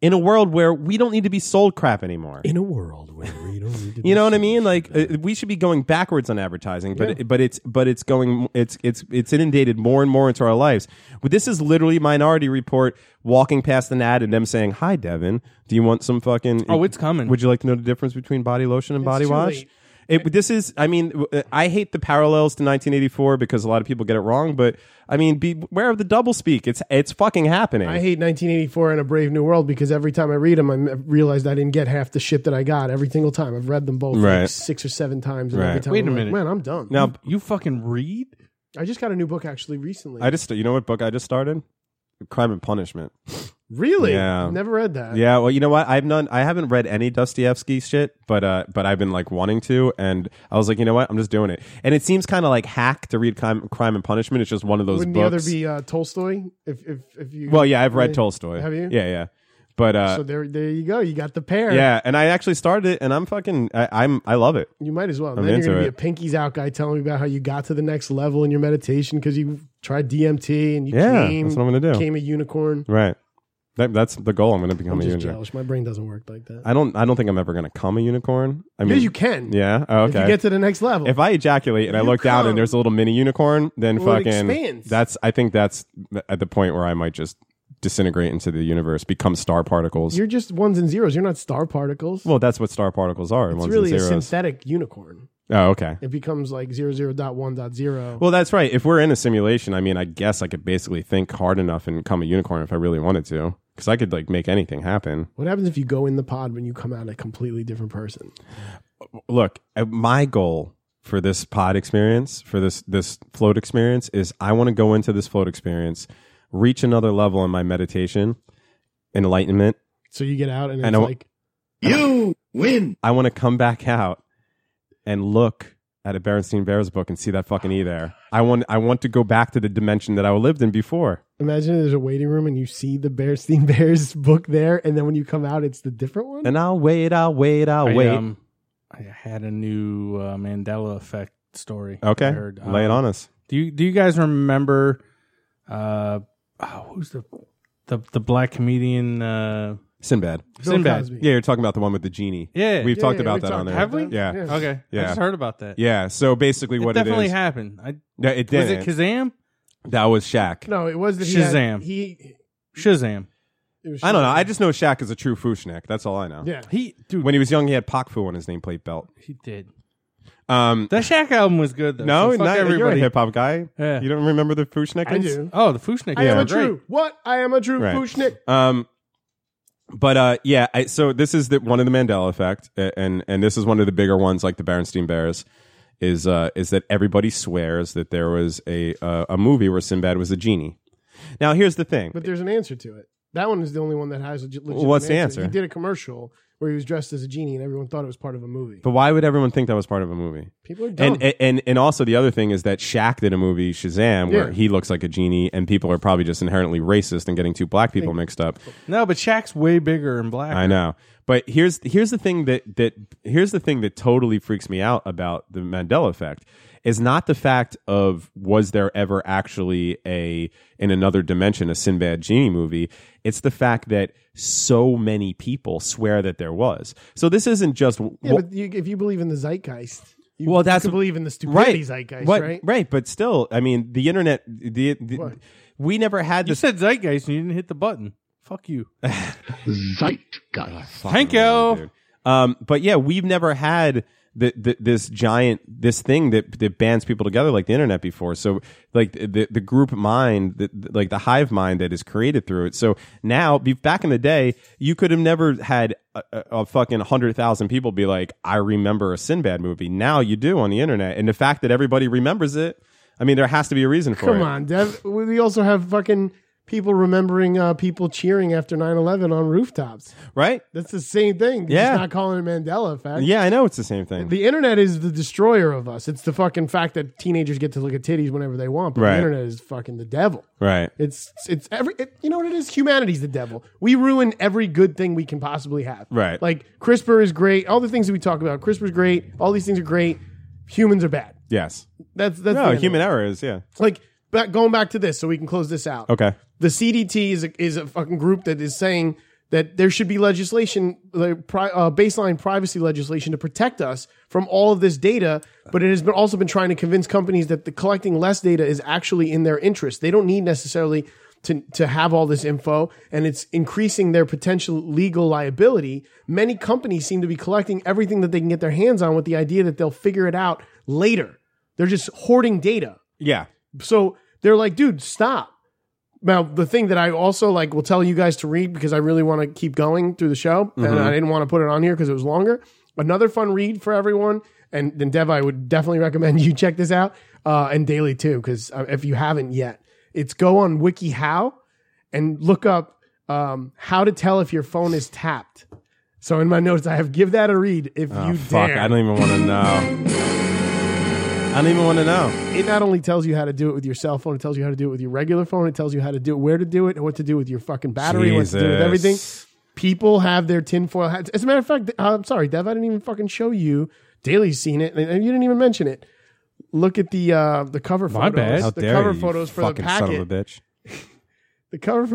In a world where we don't need to be sold crap anymore.
In a world where we don't need to
You know what I mean? Like uh, we should be going backwards on advertising, but but it's but it's going it's it's it's inundated more and more into our lives. But this is literally Minority Report walking past an ad and them saying, "Hi, Devin, do you want some fucking?
Oh, it's coming.
Would you like to know the difference between body lotion and body
too
wash?"
late.
It, this is, I mean, w- uh, I hate the parallels to 1984 because a lot of people get it wrong. But I mean, beware of the double speak. It's it's fucking happening.
I hate 1984 and A Brave New World because every time I read them, I m- realized I didn't get half the shit that I got every single time. I've read them both like,
Right.
six or seven times. And every
Right.
time
Wait
I'm
a
like,
minute.
man, I'm done.
now,
You fucking read?
I just got a new book actually recently.
I just you know what book I just started? Crime and Punishment.
Really?
Yeah.
Never read that.
Yeah, well, you know what? I've none. I haven't read any Dostoevsky shit, but uh, but I've been like wanting to, and I was like, you know what? I'm just doing it. And it seems kind of like hack to read crime, crime and Punishment. It's just one of those
Wouldn't
books.
the other be uh, Tolstoy? If if if you
well, yeah, I've read
really-
Tolstoy.
Have you?
Yeah, yeah. But uh,
so there there you go. You got the pair.
yeah, and I actually started it, and I'm fucking, I, I'm, I love it.
You might as well.
I'm
then you're
into
gonna
it.
be a pinkies out guy telling me about how you got to the next level in your meditation because you tried DMT and you
Yeah,
came,
that's what I'm gonna do.
Came a unicorn.
Right. That, that's the goal. I'm going to become
I'm
a
just
unicorn.
jealous. My brain doesn't work like that.
I don't. I don't think I'm ever going to come a unicorn. I
Yeah,
mean,
you can.
Yeah. Oh, okay.
If you get to the next level,
If I ejaculate and I look down
come.
and there's a little mini unicorn, then
Well, it
fucking.
expands.
That's. I think that's th- at the point where I might just disintegrate into the universe, become star particles.
you're just ones and zeros. You're not star particles.
well, that's what star particles are.
it's
ones
really a
and zeros.
synthetic unicorn.
oh, okay.
It becomes like zero zero dot one dot zero.
Well, that's right. If we're in a simulation, I mean, I guess I could basically think hard enough and become a unicorn if I really wanted to, because I could like make anything happen.
What happens if you go in the pod when you come out a completely different person?
look, uh, my goal for this pod experience, for this this float experience, is I want to go into this float experience, reach another level in my meditation, enlightenment,
So you get out and
I
it's
know-
like
you win. I want to come back out and look at a Berenstein Bears book and see that fucking E there. I want I want to go back to the dimension that I lived in before.
imagine there's a waiting room and you see the Bearstein Bears book there, and then when you come out, it's the different one.
And I'll wait, I'll wait, I'll
I,
Oh, wait.
um, I had a new uh, Mandela effect story. I
okay.
heard.
Lay it
Um,
on us.
Do you do you guys remember? Uh, oh, who's the the the black comedian? Uh,
Sinbad.
Bill
Sinbad.
Cosby.
Yeah, you're talking about the one with the genie.
Yeah.
We've
Yeah,
talked
yeah,
about
we've
that
talked
on there.
Have we?
Yeah.
Yeah.
Okay.
Yeah.
I just heard about that.
Yeah. So basically,
It
what
definitely
it is,
happened. I,
No, it
was
didn't.
it Kazam?
that was Shaq.
No, it was that he had-
Shazam.
he,
Shazam.
it was
I don't know.
Shazam.
I just know Shaq is a true Fushnik. That's all I know.
yeah.
He dude.
When he was young, he had Pakfu on his nameplate belt.
he did.
Um,
That Shaq album was good though.
no,
so fuck
not You're a
everybody.
hip hop guy.
Yeah.
You don't remember the Fushnik?
I do.
Oh, the Fushnik.
I am
were
a
great.
true. What? I am a true
Right.
Pushnik.
Um, but uh, yeah. I, so this is the one of the Mandela effect, a- and and this is one of the bigger ones, like the Berenstein Bears. Is uh, is that everybody swears that there was a uh, a movie where Sinbad was a genie. Now here's the thing.
But there's an answer to it. That one is the only one that has a legit
Well, what's the answer?
He did a commercial where he was dressed as a genie, and everyone thought it was part of a movie.
But why would everyone think that was part of a movie?
People are dumb.
And, and- and and also the other thing is that Shaq did a movie Shazam where
Yeah.
he looks like a genie, and people are probably just inherently racist and getting two black people mixed up.
No, but Shaq's way bigger and black.
I know, but here's here's the thing that that here's the thing that totally freaks me out about the Mandela effect is not the fact of was there ever actually a in another dimension a Sinbad genie movie. It's the fact that so many people swear that there was. So this isn't just
yeah, but you, if you believe in the zeitgeist, you,
Well,
you
that's-
could believe in the stupidity zeitgeist,
What-
right?
but still, I mean, the internet. The, the-
What?
we never had
You
this.
said Zeitgeist and you didn't hit the button. Fuck you.
Zeitgeist.
Thank you.
dude. Um, but yeah, we've never had the, the, this giant this thing that that bands people together like the internet before. So like the the group mind, the, the- like the hive mind that is created through it. So now, be, back in the day, you could have never had a, a, a fucking hundred thousand people be like, "I remember a Sinbad movie." Now you do on the internet, and the fact that everybody remembers it. I mean, there has to be a reason for it.
Come on, Dev. We we also have fucking people remembering uh, people cheering after 9-11 on rooftops.
right?
That's the same thing. You're
Yeah.
just not calling it Mandela effect.
Yeah, I know it's the same thing.
The internet is the destroyer of us. It's the fucking fact that teenagers get to look at titties whenever they want, but
Right.
the internet is fucking the devil.
right.
It's it's every it, you know what it is. Humanity's the devil. We ruin every good thing we can possibly have.
Right.
Like CRISPR is great. All the things that we talk about. CRISPR's great. All these things are great. Humans are bad.
Yes.
That's that's the
No,
end of
human
it.
error is, yeah.
Like back, going back to this, so we can close this out.
Okay.
The CDT is a, is a fucking group that is saying that there should be legislation, like, pri- uh, baseline privacy legislation to protect us from all of this data. But it has been also been trying to convince companies that the collecting less data is actually in their interest. They don't need necessarily to, to have all this info and it's increasing their potential legal liability. Many companies seem to be collecting everything that they can get their hands on with the idea that they'll figure it out later. They're just hoarding data.
Yeah.
So they're like, dude, stop. Now the thing that I also like will tell you guys to read because I really want to keep going through the show,
Mm-hmm.
and I didn't want to put it on here because it was longer. Another fun read for everyone, and then Dev, I would definitely recommend you check this out, uh, and Daily too, because uh, if you haven't yet, it's go on WikiHow and look up um, how to tell if your phone is tapped. So in my notes, I have give that a read if
Oh,
you
fuck.
dare.
I don't even want to know. I don't even want to know.
it not only tells you how to do it with your cell phone, it tells you how to do it with your regular phone, it tells you how to do it, where to do it, and what to do with your fucking battery, what to do with
Jesus.
everything. People have their tinfoil hats. As a matter of fact, I'm sorry, Dev, I didn't even fucking show you. Daly's seen it, and you didn't even mention it. Look at the uh, the cover
My
photos.
bad.
How
the
dare
cover
you,
photos
you
for the
fucking
packet.
son of a bitch.
The cover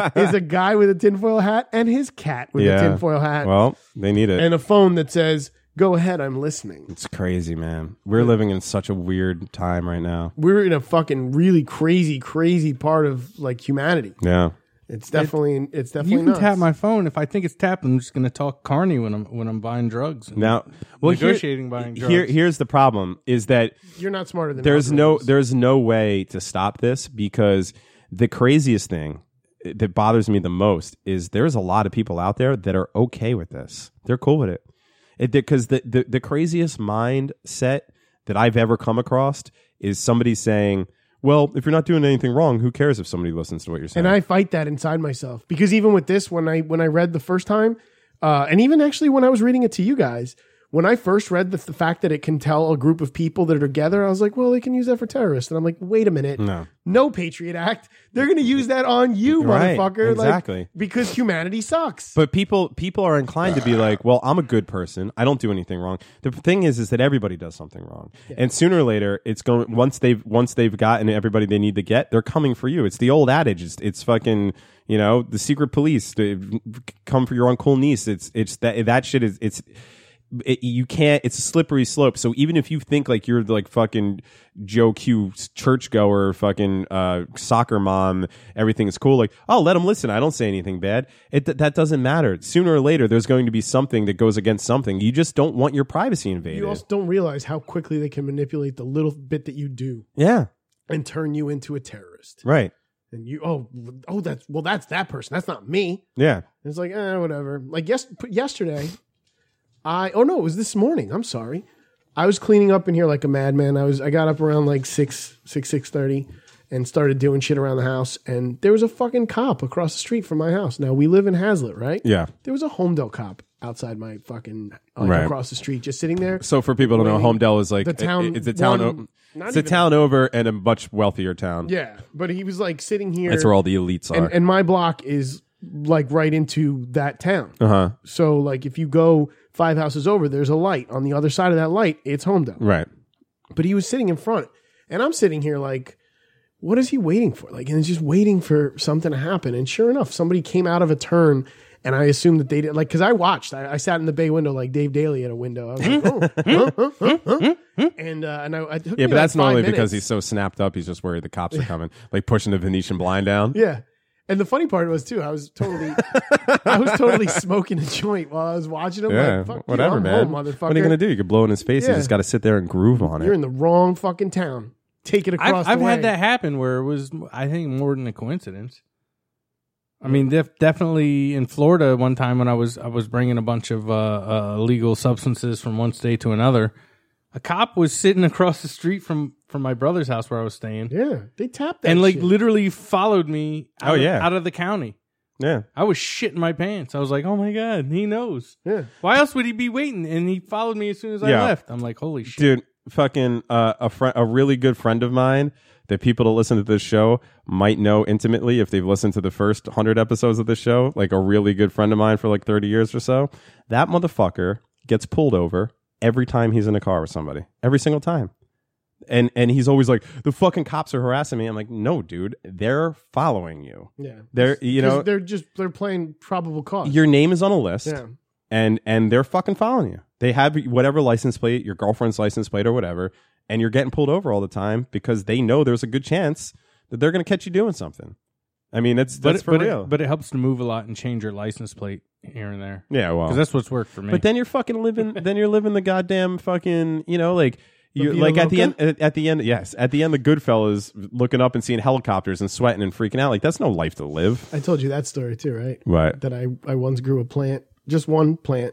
for is a guy with a tinfoil hat and his cat with a tinfoil hat
Well, they need it.
and a phone that says, Go ahead, I'm listening.
it's crazy, man. We're living in such a weird time right now.
We're in a fucking really crazy, crazy part of like humanity.
Yeah.
It's definitely it's definitely
You can
nuts.
tap my phone if I think it's tapped. I'm just going to talk carny when I'm when I'm buying drugs. and
Now, well, here-
negotiating buying drugs.
here, here's the problem: is that
You're not smarter than
there's
algorithms.
no there's no way to stop this because the craziest thing that bothers me the most is there's a lot of people out there that are okay with this. They're cool with it. Because the, the, the craziest mindset that I've ever come across is somebody saying, well, if you're not doing anything wrong, who cares if somebody listens to what you're saying?
and I fight that inside myself because even with this, when I when I read the first time, uh, and even actually when I was reading it to you guys, when I first read the, the fact that it can tell a group of people that are together, I was like, well, they can use that for terrorists, and I'm like, wait a minute,
No.
no Patriot Act, they're gonna use that on you,
Right,
motherfucker, like,
exactly.
because humanity sucks.
But people people are inclined to be like, well, I'm a good person. I don't do anything wrong. The thing is, is that everybody does something wrong, and sooner or later, it's going once they've once they've gotten everybody they need to get, they're coming for you. It's the old adage. It's it's fucking you know the secret police to come for your uncool niece. It's it's that that shit is it's. It, you can't. It's a slippery slope. So even if you think like you're like fucking Joe Q churchgoer, fucking uh, soccer mom, everything's cool. Like, oh, let them listen. I don't say anything bad. It th- that doesn't matter. Sooner or later, there's going to be something that goes against something. You just don't want your privacy invaded.
you also don't realize how quickly they can manipulate the little bit that you do
yeah,
and turn you into a terrorist.
right.
And you, oh, oh, that's well, that's that person. That's not me.
Yeah,
And It's like, eh, whatever. Like yes, p- yesterday, I oh no, it was this morning. I'm sorry. I was cleaning up in here like a madman. I was I got up around like six six six thirty and started doing shit around the house. And there was a fucking cop across the street from my house. Now we live in Hazlitt, right?
yeah.
There was a Homedale cop outside my fucking like,
Right.
across the street, just sitting there.
So for people who don't know,
Waiting.
Homedale is like
The town-
it- It's a town.
one-
o-
not
it's a
even-
town over and a much wealthier town.
Yeah, but he was like sitting here.
that's where all the elites are.
and, and my block is like right into that town.
uh huh.
So like if you go five houses over, there's a light. On the other side of that light, it's Homedale.
Right.
But he was sitting in front. And I'm sitting here like, what is he waiting for? Like, and it's just waiting for something to happen. And sure enough, somebody came out of a turn and I assumed that they did like because I watched. I, I sat in the bay window like Dave Daly at a window. I was like, oh, huh, huh, huh, huh. and uh, and I, I took
Yeah,
me,
but
like,
that's
five
normally because
minutes.
he's so snapped up. He's just worried the cops are coming, like pushing the Venetian blind down.
Yeah. And the funny part was too, I was totally, I was totally smoking a joint while I was watching him.
Yeah,
like, fuck you,
whatever,
I'm
man.
home, motherfucker.
what are you gonna do? You could blow in his face.
Yeah.
You just got to sit there and groove on
You're
it.
in the wrong fucking town. Take it across
I've, I've
the way.
had that happen where it was, I think, more than a coincidence. I mean, def- definitely in Florida one time when I was I was bringing a bunch of uh, uh, illegal substances from one state to another. A cop was sitting across the street from from my brother's house where I was staying,
Yeah, they tapped that.
and like
shit.
literally followed me. Out
Oh,
of-
yeah.
out of the county.
yeah,
I was shitting my pants. I was like, "Oh my god, he knows."
Yeah.
Why else would he be waiting? And he followed me as soon as
Yeah.
I left. I'm like, "Holy shit!"
dude. Fucking uh, a friend, a really good friend of mine that people that listen to this show might know intimately if they've listened to the first hundred episodes of this show. Like a really good friend of mine for like thirty years or so. That motherfucker gets pulled over every time he's in a car with somebody. Every single time. And and he's always like, the fucking cops are harassing me. I'm like, no, dude, they're following you.
yeah,
They're you
'Cause
know
they're just they're playing probable cause.
your name is on a list
yeah,
and and they're fucking following you they have whatever license plate your girlfriend's license plate or whatever and you're getting pulled over all the time because they know there's a good chance that they're going to catch you doing something i mean that's
but
that's
it,
for
but
real
It, but it helps to move a lot and change your license plate here and there.
yeah well
Because that's what's worked for me.
Oh. but then you're fucking living then you're living the goddamn fucking you know like you're
Vida
like at the end
Loca?
at at the end yes at the end the goodfellas looking up and seeing helicopters and sweating and freaking out like that's no life to live
I told you that story too, right?
Right.
That I I once grew a plant, just one plant,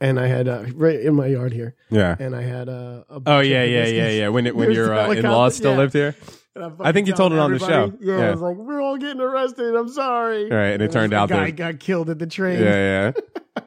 and I had uh, right in my yard here,
yeah
and I had uh, a.
Oh
bunch of
yeah, yeah, yeah,
hibiscus.
yeah. When it, when
There's
your
the
uh, in
helicopter,
laws still
yeah.
lived here,
And I'm
I think you
fucking
told it
telling
on the show.
everybody, Yeah, I
Yeah.
was like, we're all getting arrested. I'm sorry.
All right, and it turned
the
out
guy
that-
got killed at the train.
yeah, yeah.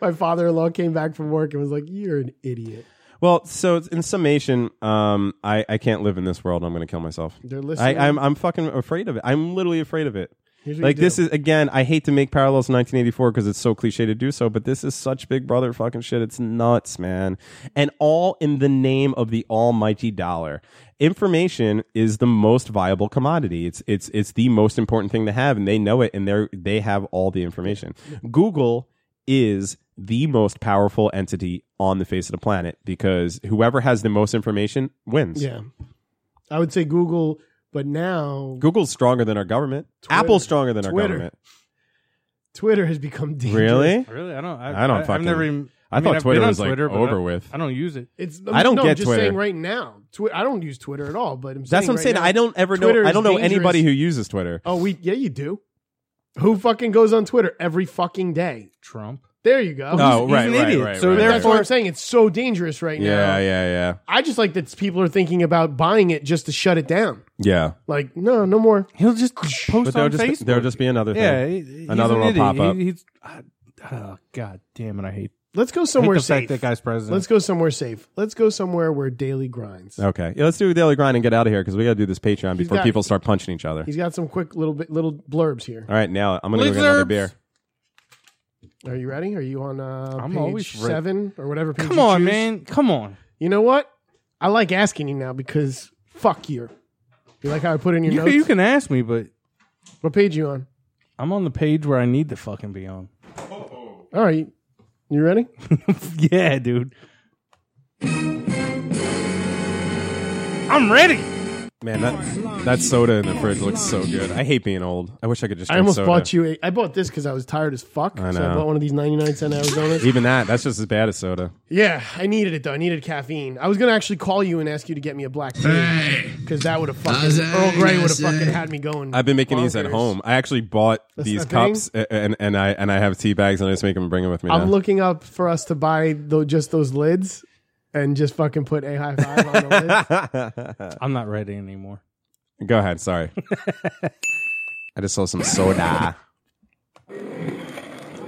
My father-in-law came back from work and was like, "You're an idiot."
Well, so it's- in summation, um, I, I can't live in this world. I'm going to kill myself.
They're listening.
I, I'm I'm fucking afraid of it. I'm literally afraid of it.
Here's what
Like
you do.
this is again. I hate to make parallels to 1984 because it's so cliche to do so, but this is such Big Brother fucking shit. It's nuts, man. And all in the name of the almighty dollar. Information is the most viable commodity. It's it's it's the most important thing to have, and they know it, and they are they have all the information. Google is the most powerful entity on the face of the planet because whoever has the most information wins.
Yeah, I would say Google, but now
Google's stronger than our government.
Twitter.
Apple's stronger than our
Twitter.
government.
Twitter has become dangerous.
Really?
Really? I don't. I,
I don't
I, I've
fucking-
never even.
I
mean,
thought
I've
Twitter
been on
was, like,
Twitter, but
over
I-
with.
I don't use it.
It's
I don't
no,
get
I'm just
Twitter.
saying right now. Twi- I don't use Twitter at all, but I'm
That's what I'm
right
saying.
now-
I don't ever
Twitter
know. I
is
don't know
dangerous.
anybody who uses Twitter.
Oh, we yeah, you do. Who fucking goes on Twitter every fucking day?
Trump.
There you go.
Oh, he's right, an right, idiot. right,
so
right,
That's
therefore,
what I'm saying. It's so dangerous right now.
Yeah, yeah, yeah,
I just like that people are thinking about buying it just to shut it down.
yeah.
Like, no, no more.
he'll just post
But there'll
on
just
Facebook.
there'll just be another thing.
yeah, he- he's
another one
an
will
idiot.
pop up.
He- he's, I- oh, God damn it! I hate,
Let's go
I hate
somewhere
the
safe.
fact that guy's president.
Let's go somewhere safe. Let's go somewhere where daily grinds.
okay, yeah, let's do a daily grind and get out of here because we got to do this Patreon before
got-
people start punching each other.
He's got some quick little bit little blurbs here.
All right, now I'm gonna go get another
Blizzards.
beer.
Are you ready? Are you on uh,
I'm
page
always ready.
seven or whatever? Page
Come
you
on,
choose?
man. Come on.
You know what? I like asking you now because fuck you. You like how I put in your
You,
notes?
you can ask me, but
What page you on?
I'm on the page where I need to fucking be on.
All right. You ready?
yeah, dude. I'm ready.
Man, that that soda in the fridge looks so good. I hate being old. I wish I could just.
I
Drink
almost
soda.
bought you a. I bought this because I was tired as fuck.
I
So I
know.
bought one of these 99 cent Arizonas.
Even that, that's just as bad as soda.
yeah, I needed it though. I needed caffeine. I was going to actually call you and ask you to get me a black tea. Because that would have fucking. Earl Grey would have fucking had me going.
I've been making these at
bonkers.
home. I actually bought
That's
these
the thing?
cups, a- and and I and I have tea bags, and I just make them bring them with me.
I'm
now.
looking up for us to buy though just those lids and just fucking put a high five on the lid.
I'm not ready anymore.
Go ahead. Sorry. I just saw some soda.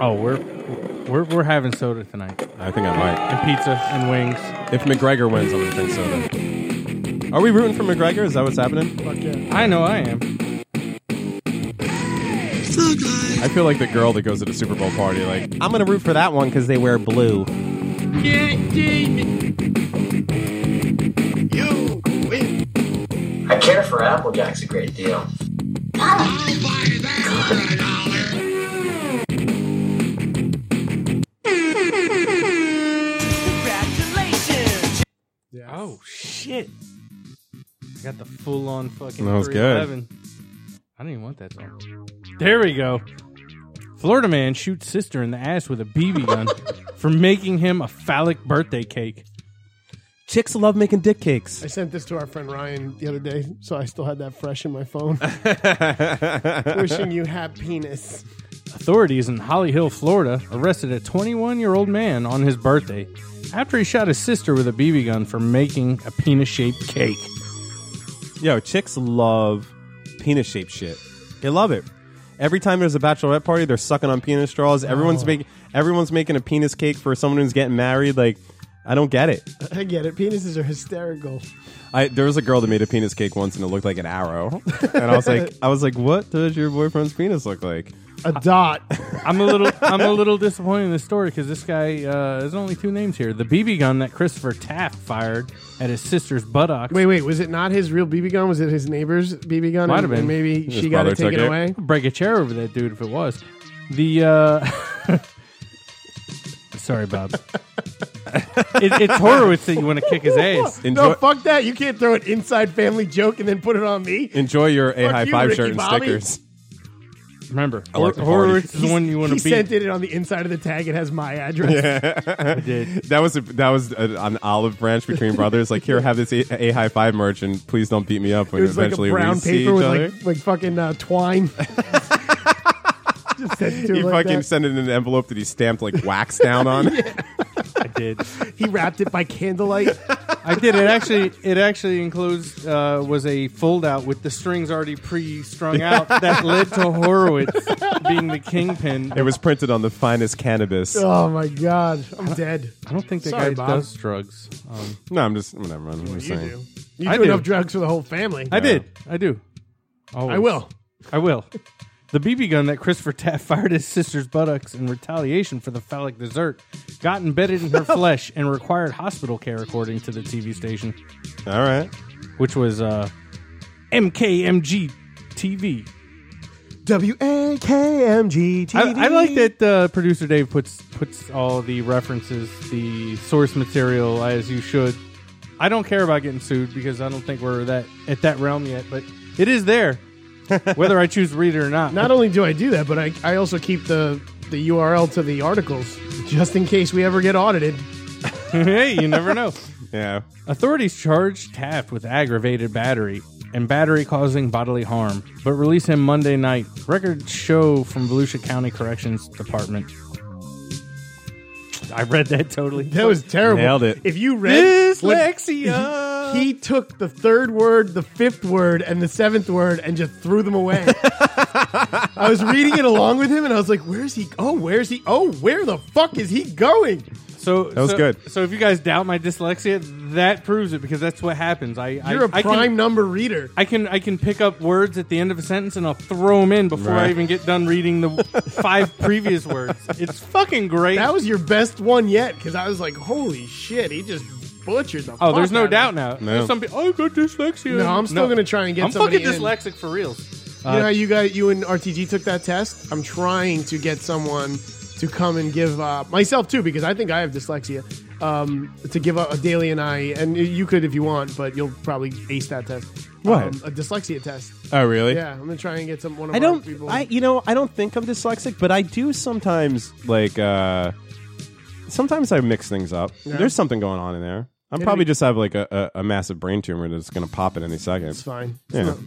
Oh, we're we're we're having soda tonight
I think I might.
and pizza and wings.
If McGregor wins, I'm gonna drink soda. Are we rooting for McGregor? Is that what's happening?
Fuck yeah.
I know I am.
I feel like the girl that goes to the Super Bowl party. Like I'm gonna root for that one because they wear blue.
I care for Applejack's a great deal.
Oh shit! I got the full on fucking.
That was good.
311. I didn't even want that song. There we go. Florida man shoots sister in the ass with a BB gun for making him a phallic birthday cake.
Chicks love making dick cakes.
I sent this to our friend Ryan the other day, so I still had that fresh in my phone. Wishing you happy penis.
Authorities in Holly Hill, Florida, arrested a 21 year old man on his birthday after he shot his sister with a BB gun for making a penis shaped cake.
Yo, chicks love penis shaped shit. They love it. Every time there's a bachelorette party, they're sucking on penis straws.
Oh.
Everyone's making everyone's making a penis cake for someone who's getting married. Like, I don't get it.
I get it. Penises are hysterical.
I there was a girl that made a penis cake once and it looked like an arrow. And I was like I was like, What does your boyfriend's penis look like?
A dot.
I'm a little I'm a little disappointed in this story because this guy uh, there's only two names here. The BB gun that Christopher Taft fired at his sister's buttocks.
Wait, wait. Was it not his real BB gun? Was it his neighbor's BB gun?
Might
and,
have been.
and maybe
His
she got
brother
it taken
took it.
away.
break a chair over that dude if it was. The uh, sorry, Bob. it, it's Horowitz that you want to kick his ass.
Enjoy-
no, fuck that. You can't throw an inside family joke and then put it on me.
Enjoy your A
Fuck
High
you,
Five
Ricky
shirt and
Bobby.
stickers.
Remember,
I like the
Hor-
party.
Horowitz is the
He's-
one you want
He
to beat.
sent it on the inside of the tag. It has my address.
That was a, that was a, an olive branch between brothers. Like here, have this a, a high five merch, and please don't beat me up when
It was like a
eventually
brown
we see each
paper with
other.
like, like fucking uh, twine. Just sent it to
he
him like
fucking
that.
sent it in an envelope that he stamped like wax down on.
I did.
He wrapped it by candlelight.
I did. It actually, it actually enclosed uh, was a fold out with the strings already pre strung out that led to Horowitz being the kingpin.
It was printed on the finest cannabis.
Oh my god, I'm dead.
I don't think that
Sorry,
guy
Bob.
does drugs. Um,
No, I'm just never mind. I'm just
You
saying.
do. You
I
do
do.
enough drugs for the whole family.
I did. I do. Always.
I will.
I will. The BB gun that Christopher Taft fired his sister's buttocks in retaliation for the phallic dessert got embedded in her flesh and required hospital care, according to the TV station,
All right.
which was uh, MKMG TV.
W A K M G T.
I, I like that uh, producer Dave puts puts all the references, the source material, as you should. I don't care about getting sued because I don't think we're that at that realm yet, but it is there, whether I choose to read it or not.
Not only do I do that, but I, I also keep the the URL to the articles just in case we ever get audited.
hey, you never know.
Yeah.
Authorities charged Taft with aggravated battery and battery causing bodily harm, but release him Monday night. Records show from Volusia County Corrections Department. I read that totally.
That was terrible.
Nailed it.
If you read
Dyslexia.
he took the third word, the fifth word, and the seventh word and just threw them away. I was reading it along with him and I was like, where's he? Oh, where's he? Oh, where the fuck is he going?
So that
was good.
So if you guys doubt my dyslexia, that proves it because that's what happens. I
You're
I,
a prime
I can,
number reader.
I can I can pick up words at the end of a sentence and I'll throw them in before I
Right.
even get done reading the five previous words. It's fucking great.
That was your best one yet because I was like, holy shit, he just butchered the
oh, there's
fuck
no
out of
doubt
it.
now.
No.
There's some people, oh, I got dyslexia.
No, I'm still gonna try and get
I'm
somebody
fucking
in.
dyslexic for reals.
You
Uh,
know how you guys, you and RTG took that test? I'm trying to get someone to come and give uh, myself too because I think I have dyslexia. Um, to give a, a daily and I, and you could if you want, but you'll probably ace that test.
What?
Um, a dyslexia test?
Oh, really?
Yeah, I'm gonna try and get some one of
I
our
don't.
people.
I you know I don't think I'm dyslexic, but I do sometimes like. uh Sometimes I mix things up. There's something going on in there. I'm probably just have like a, a, a massive brain tumor that's going to pop at any second.
it's fine. It's
Yeah.
not-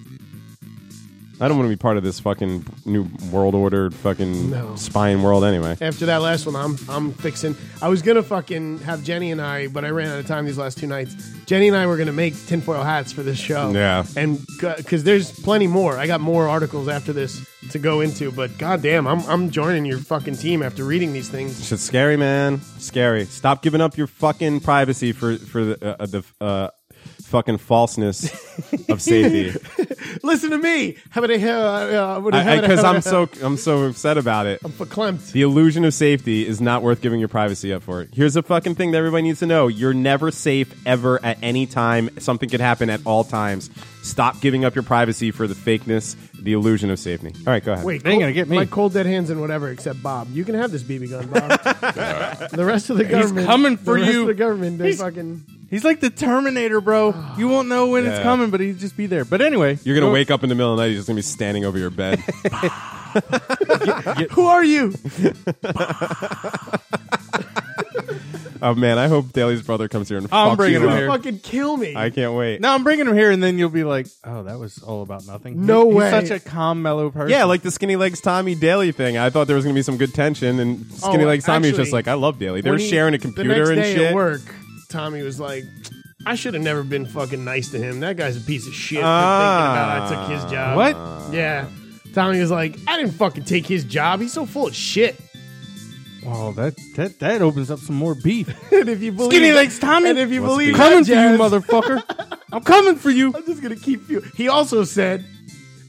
I don't want to be part of this fucking new world order fucking
No.
spying world anyway.
After that last one, I'm I'm fixing. I was gonna fucking have Jenny and I, but I ran out of time these last two nights. Jenny and I were gonna make tinfoil hats for this show.
Yeah.
and because there's plenty more. I got more articles after this to go into. But goddamn, I'm I'm joining your fucking team after reading these things.
Shit's scary, man. Scary. Stop giving up your fucking privacy for for the uh, the uh, fucking falseness of safety.
Listen to me. How about I? uh, uh, what- how about I-
Because
how
I'm
about I-
so I'm so upset about it.
I'm verklempt.
The illusion of safety is not worth giving your privacy up for. Here's a fucking thing that everybody needs to know. You're never safe ever at any time. Something could happen at all times. Stop giving up your privacy for the fakeness, the illusion of safety. All right, go ahead.
Wait,
They ain't
cold-
gonna get me.
My cold dead hands and whatever, except Bob. You can have this BB gun, Bob. the rest of the government
coming for
the rest
you.
Of the government, they
He's-
fucking.
He's like the Terminator, bro. You won't know when it's
Yeah.
coming, but he'd just be there. But anyway,
You're going
go-
to wake up in the middle of the night. You're just going to be standing over your bed.
Who are you?
oh, man. I hope Daly's brother comes here and
I'm
fucks
bringing
you
him
up.
here.
fucking kill me.
I can't wait.
No, I'm bringing him here, and then you'll be like, "Oh, that was all about nothing."
No
He's
way.
Such a calm, mellow person.
Yeah, like the skinny legs Tommy Daly thing. I thought there was gonna be some good tension, and skinny
Oh,
legs Tommy was
actually,
just like, "I love Daly." They were
When he-
sharing a
the next
computer and
day
shit.
At work, Tommy was like, "I should have never been fucking nice to him. That guy's a piece of shit." for
Ah.
thinking about I took his job.
what?
Yeah. Tommy was like, "I didn't fucking take his job. He's so full of shit."
Oh, that that that opens up some more beef.
and if you believe
Skinny legs, Tommy.
and if you
What's
believe
beef?
that,
coming for you,
Jazz,
motherfucker. I'm coming for you.
I'm just gonna keep you. He also said.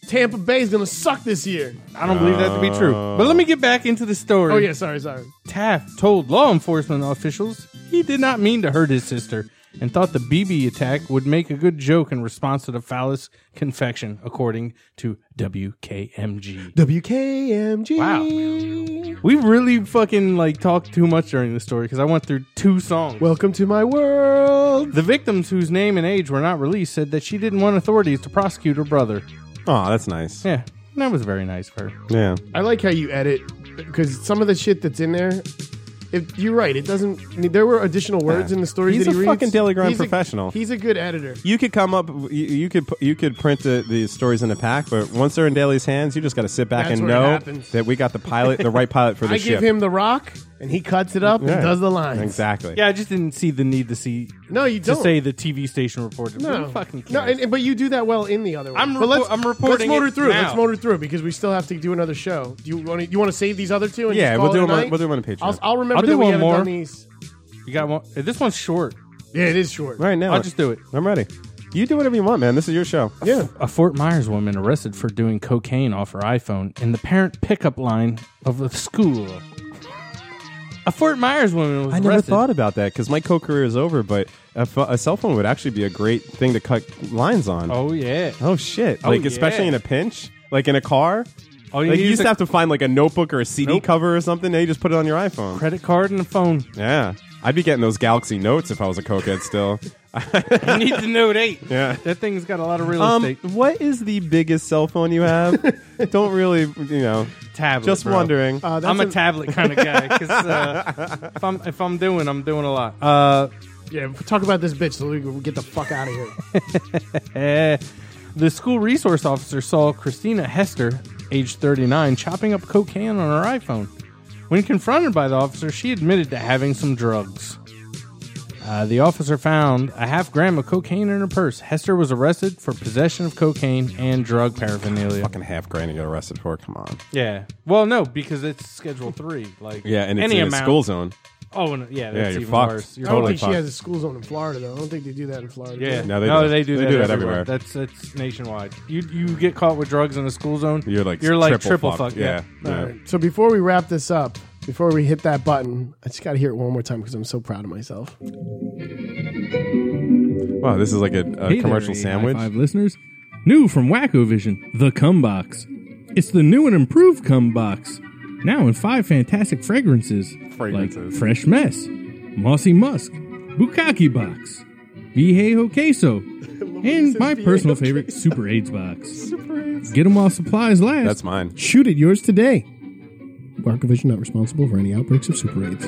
Tampa Bay's gonna suck this year.
I don't believe that to be true. But let me get back into the story.
Oh yeah, sorry, sorry.
Taft told law enforcement officials he did not mean to hurt his sister and thought the BB attack would make a good joke in response to the phallus confection, according to WKMG.
WKMG.
Wow. We really fucking like talked too much during this story because I went through two songs.
Welcome to my world.
the victims whose name and age were not released said that she didn't want authorities to prosecute her brother.
Oh, that's nice.
Yeah, that was very nice of her.
Yeah.
I like how you edit because some of the shit that's in there. If you're right, it doesn't. I mean, there were additional words in the stories
He's
that he
a
reads.
fucking Daily Grind
He's a-
professional.
he's a good editor.
You could come up. You, you could pu- you could print the, the stories in a pack, but once they're in Daly's hands, you just got to sit back
That's
and
where it
know
happens.
that we got the pilot, the right pilot for the
I
ship.
give him the rock, and he cuts it up
Yeah.
and does the lines.
Exactly.
Yeah, I just didn't see the need to see.
No, you
To
don't.
say the TV station reported.
No,
Who fucking
no,
cares?
and, and- but you do that well in the other one.
I'm
but
repo-
let's,
I'm reporting
Let's motor
it
through.
now.
Let's motor through because we still have to do another show. Do you want to? You want to save these other two? And
Yeah,
just
we'll
call
do
it a
them on-
night?
we'll do them on Patreon.
I'll, I'll remember
I'll do
that we
one
haven't
more.
done these.
you got one. This one's short.
Yeah, it is short.
Right now.
I'll just do it.
I'm ready. You do whatever you want, man. This is your show.
Yeah.
A Fort Myers woman arrested for doing cocaine off her iPhone in the parent pickup line of the school. A Fort Myers woman was
I
arrested.
never thought about that because my co career is over, but a, pho- a cell phone would actually be a great thing to cut lines on.
Oh yeah.
Oh, shit.
Oh,
like, especially
yeah.
in a pinch, like in a car.
Oh,
like, you used to have to find like a notebook or a CD cover or something. Now you just put it on your iPhone.
credit card and a phone.
Yeah. I'd be getting those Galaxy Notes if I was a cokehead still.
you need to note eight.
Yeah.
That thing's got a lot of real
Um,
estate.
what is the biggest cell phone you have? Don't really, you know.
Tablet.
Just
bro.
wondering.
Uh, that's
I'm a tablet kind of guy. 'cause, uh, if I'm if I'm doing, I'm doing a lot. Uh,
Yeah, talk about this bitch so we can get the fuck out of here.
eh. the school resource officer saw Christina Hester, age 39, chopping up cocaine on her iPhone. When confronted by the officer, she admitted to having some drugs. Uh, the officer found a half gram of cocaine in her purse. Hester was arrested for possession of cocaine and drug paraphernalia.
fucking half grand to get arrested for. Come on.
Yeah. Well, no, because it's Schedule Three. Like
Yeah, and it's
any
in
amount.
a school zone.
Oh, and, yeah, that's
you're
even
fucked.
worse.
I
You're
don't
Totally
think she
fucked.
has a school zone in Florida though. I don't think they do that in Florida. do
Yeah,
they?
No, they do.
they do
They
that
do that
everywhere.
everywhere.
That's that's nationwide. You you get caught with drugs in a school zone.
You're like
you're like
triple
triple,
fucked.
fucked.
Yeah, yeah.
All right, So before we wrap this up, before we hit that button, I just got to hear it one more time because I'm so proud of myself.
Wow, this is like a, a
Hey there,
commercial
AI
sandwich.
Five listeners, new from Wacko Vision, the Cum Box. It's the new and improved Cum Box. Now in five fantastic fragrances,
Fragrances.
like Fresh Mess, Mossy Musk, Bukaki Box, Viejo Queso, and my personal favorite, Super AIDS Box. Super AIDS. Get them while supplies last.
That's mine.
Shoot at yours today. Barkovision not responsible for any outbreaks of super AIDS.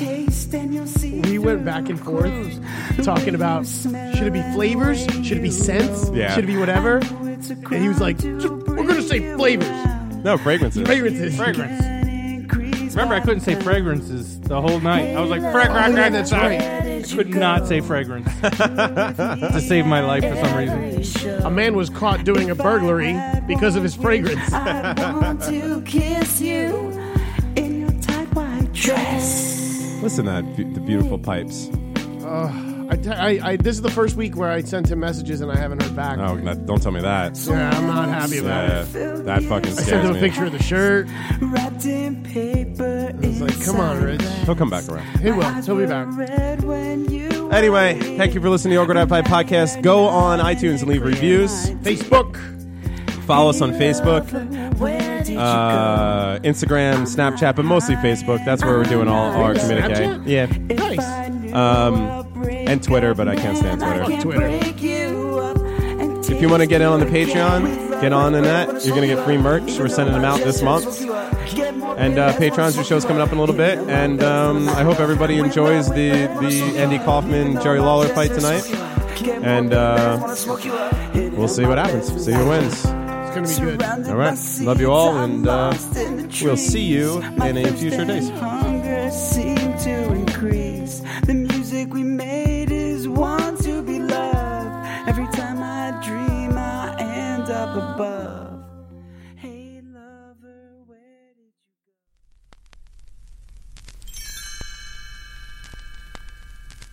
We went back and forth talking about should it be flavors, should it be scents,
Yeah.
should it be whatever, and he was like, "We're gonna say flavors,
No fragrances.
fragrances,
Fragrance. Remember, I couldn't say fragrances the whole night. I was like fragrance.
yeah, that's right.
I could not say fragrance to save my life for some reason.
A man was caught doing a burglary because of his fragrance.
Listen to that, be- the beautiful pipes.
I t- I- I- this is the first week where I sent him messages and I haven't heard back.
Oh, no, don't tell me that.
Yeah, I'm not happy about it.
Yeah, that fucking
I sent
scares
him a
me.
picture of the shirt.
Wrapped in paper
I was like, "Come on, Rich."
He'll come back around.
He will. He'll be back.
red when you
Anyway, thank you for listening to the Awkward Eye Pie podcast. Go on iTunes and leave reviews.
Facebook.
Follow us on Facebook, uh, Instagram, Snapchat, but mostly Facebook. That's where we're doing all our communique.
Snapchat?
Yeah.
Nice.
Um, and Twitter, but I can't stand Twitter.
Twitter.
If you want to get in on the Patreon, get on in that. You're going to get free merch. We're sending them out this month. And uh, Patrons, your show's coming up in a little bit. And um, I hope everybody enjoys the, the Andy Kaufman, Jerry Lawler fight tonight. And uh, we'll see what happens. See who wins.
It's gonna be good.
All right. Love you all, and uh, we'll see you in a future days.
hunger seemed to increase. The music we made is one to be loved. Every time I dream, I end up above. Hey, lover, where did you?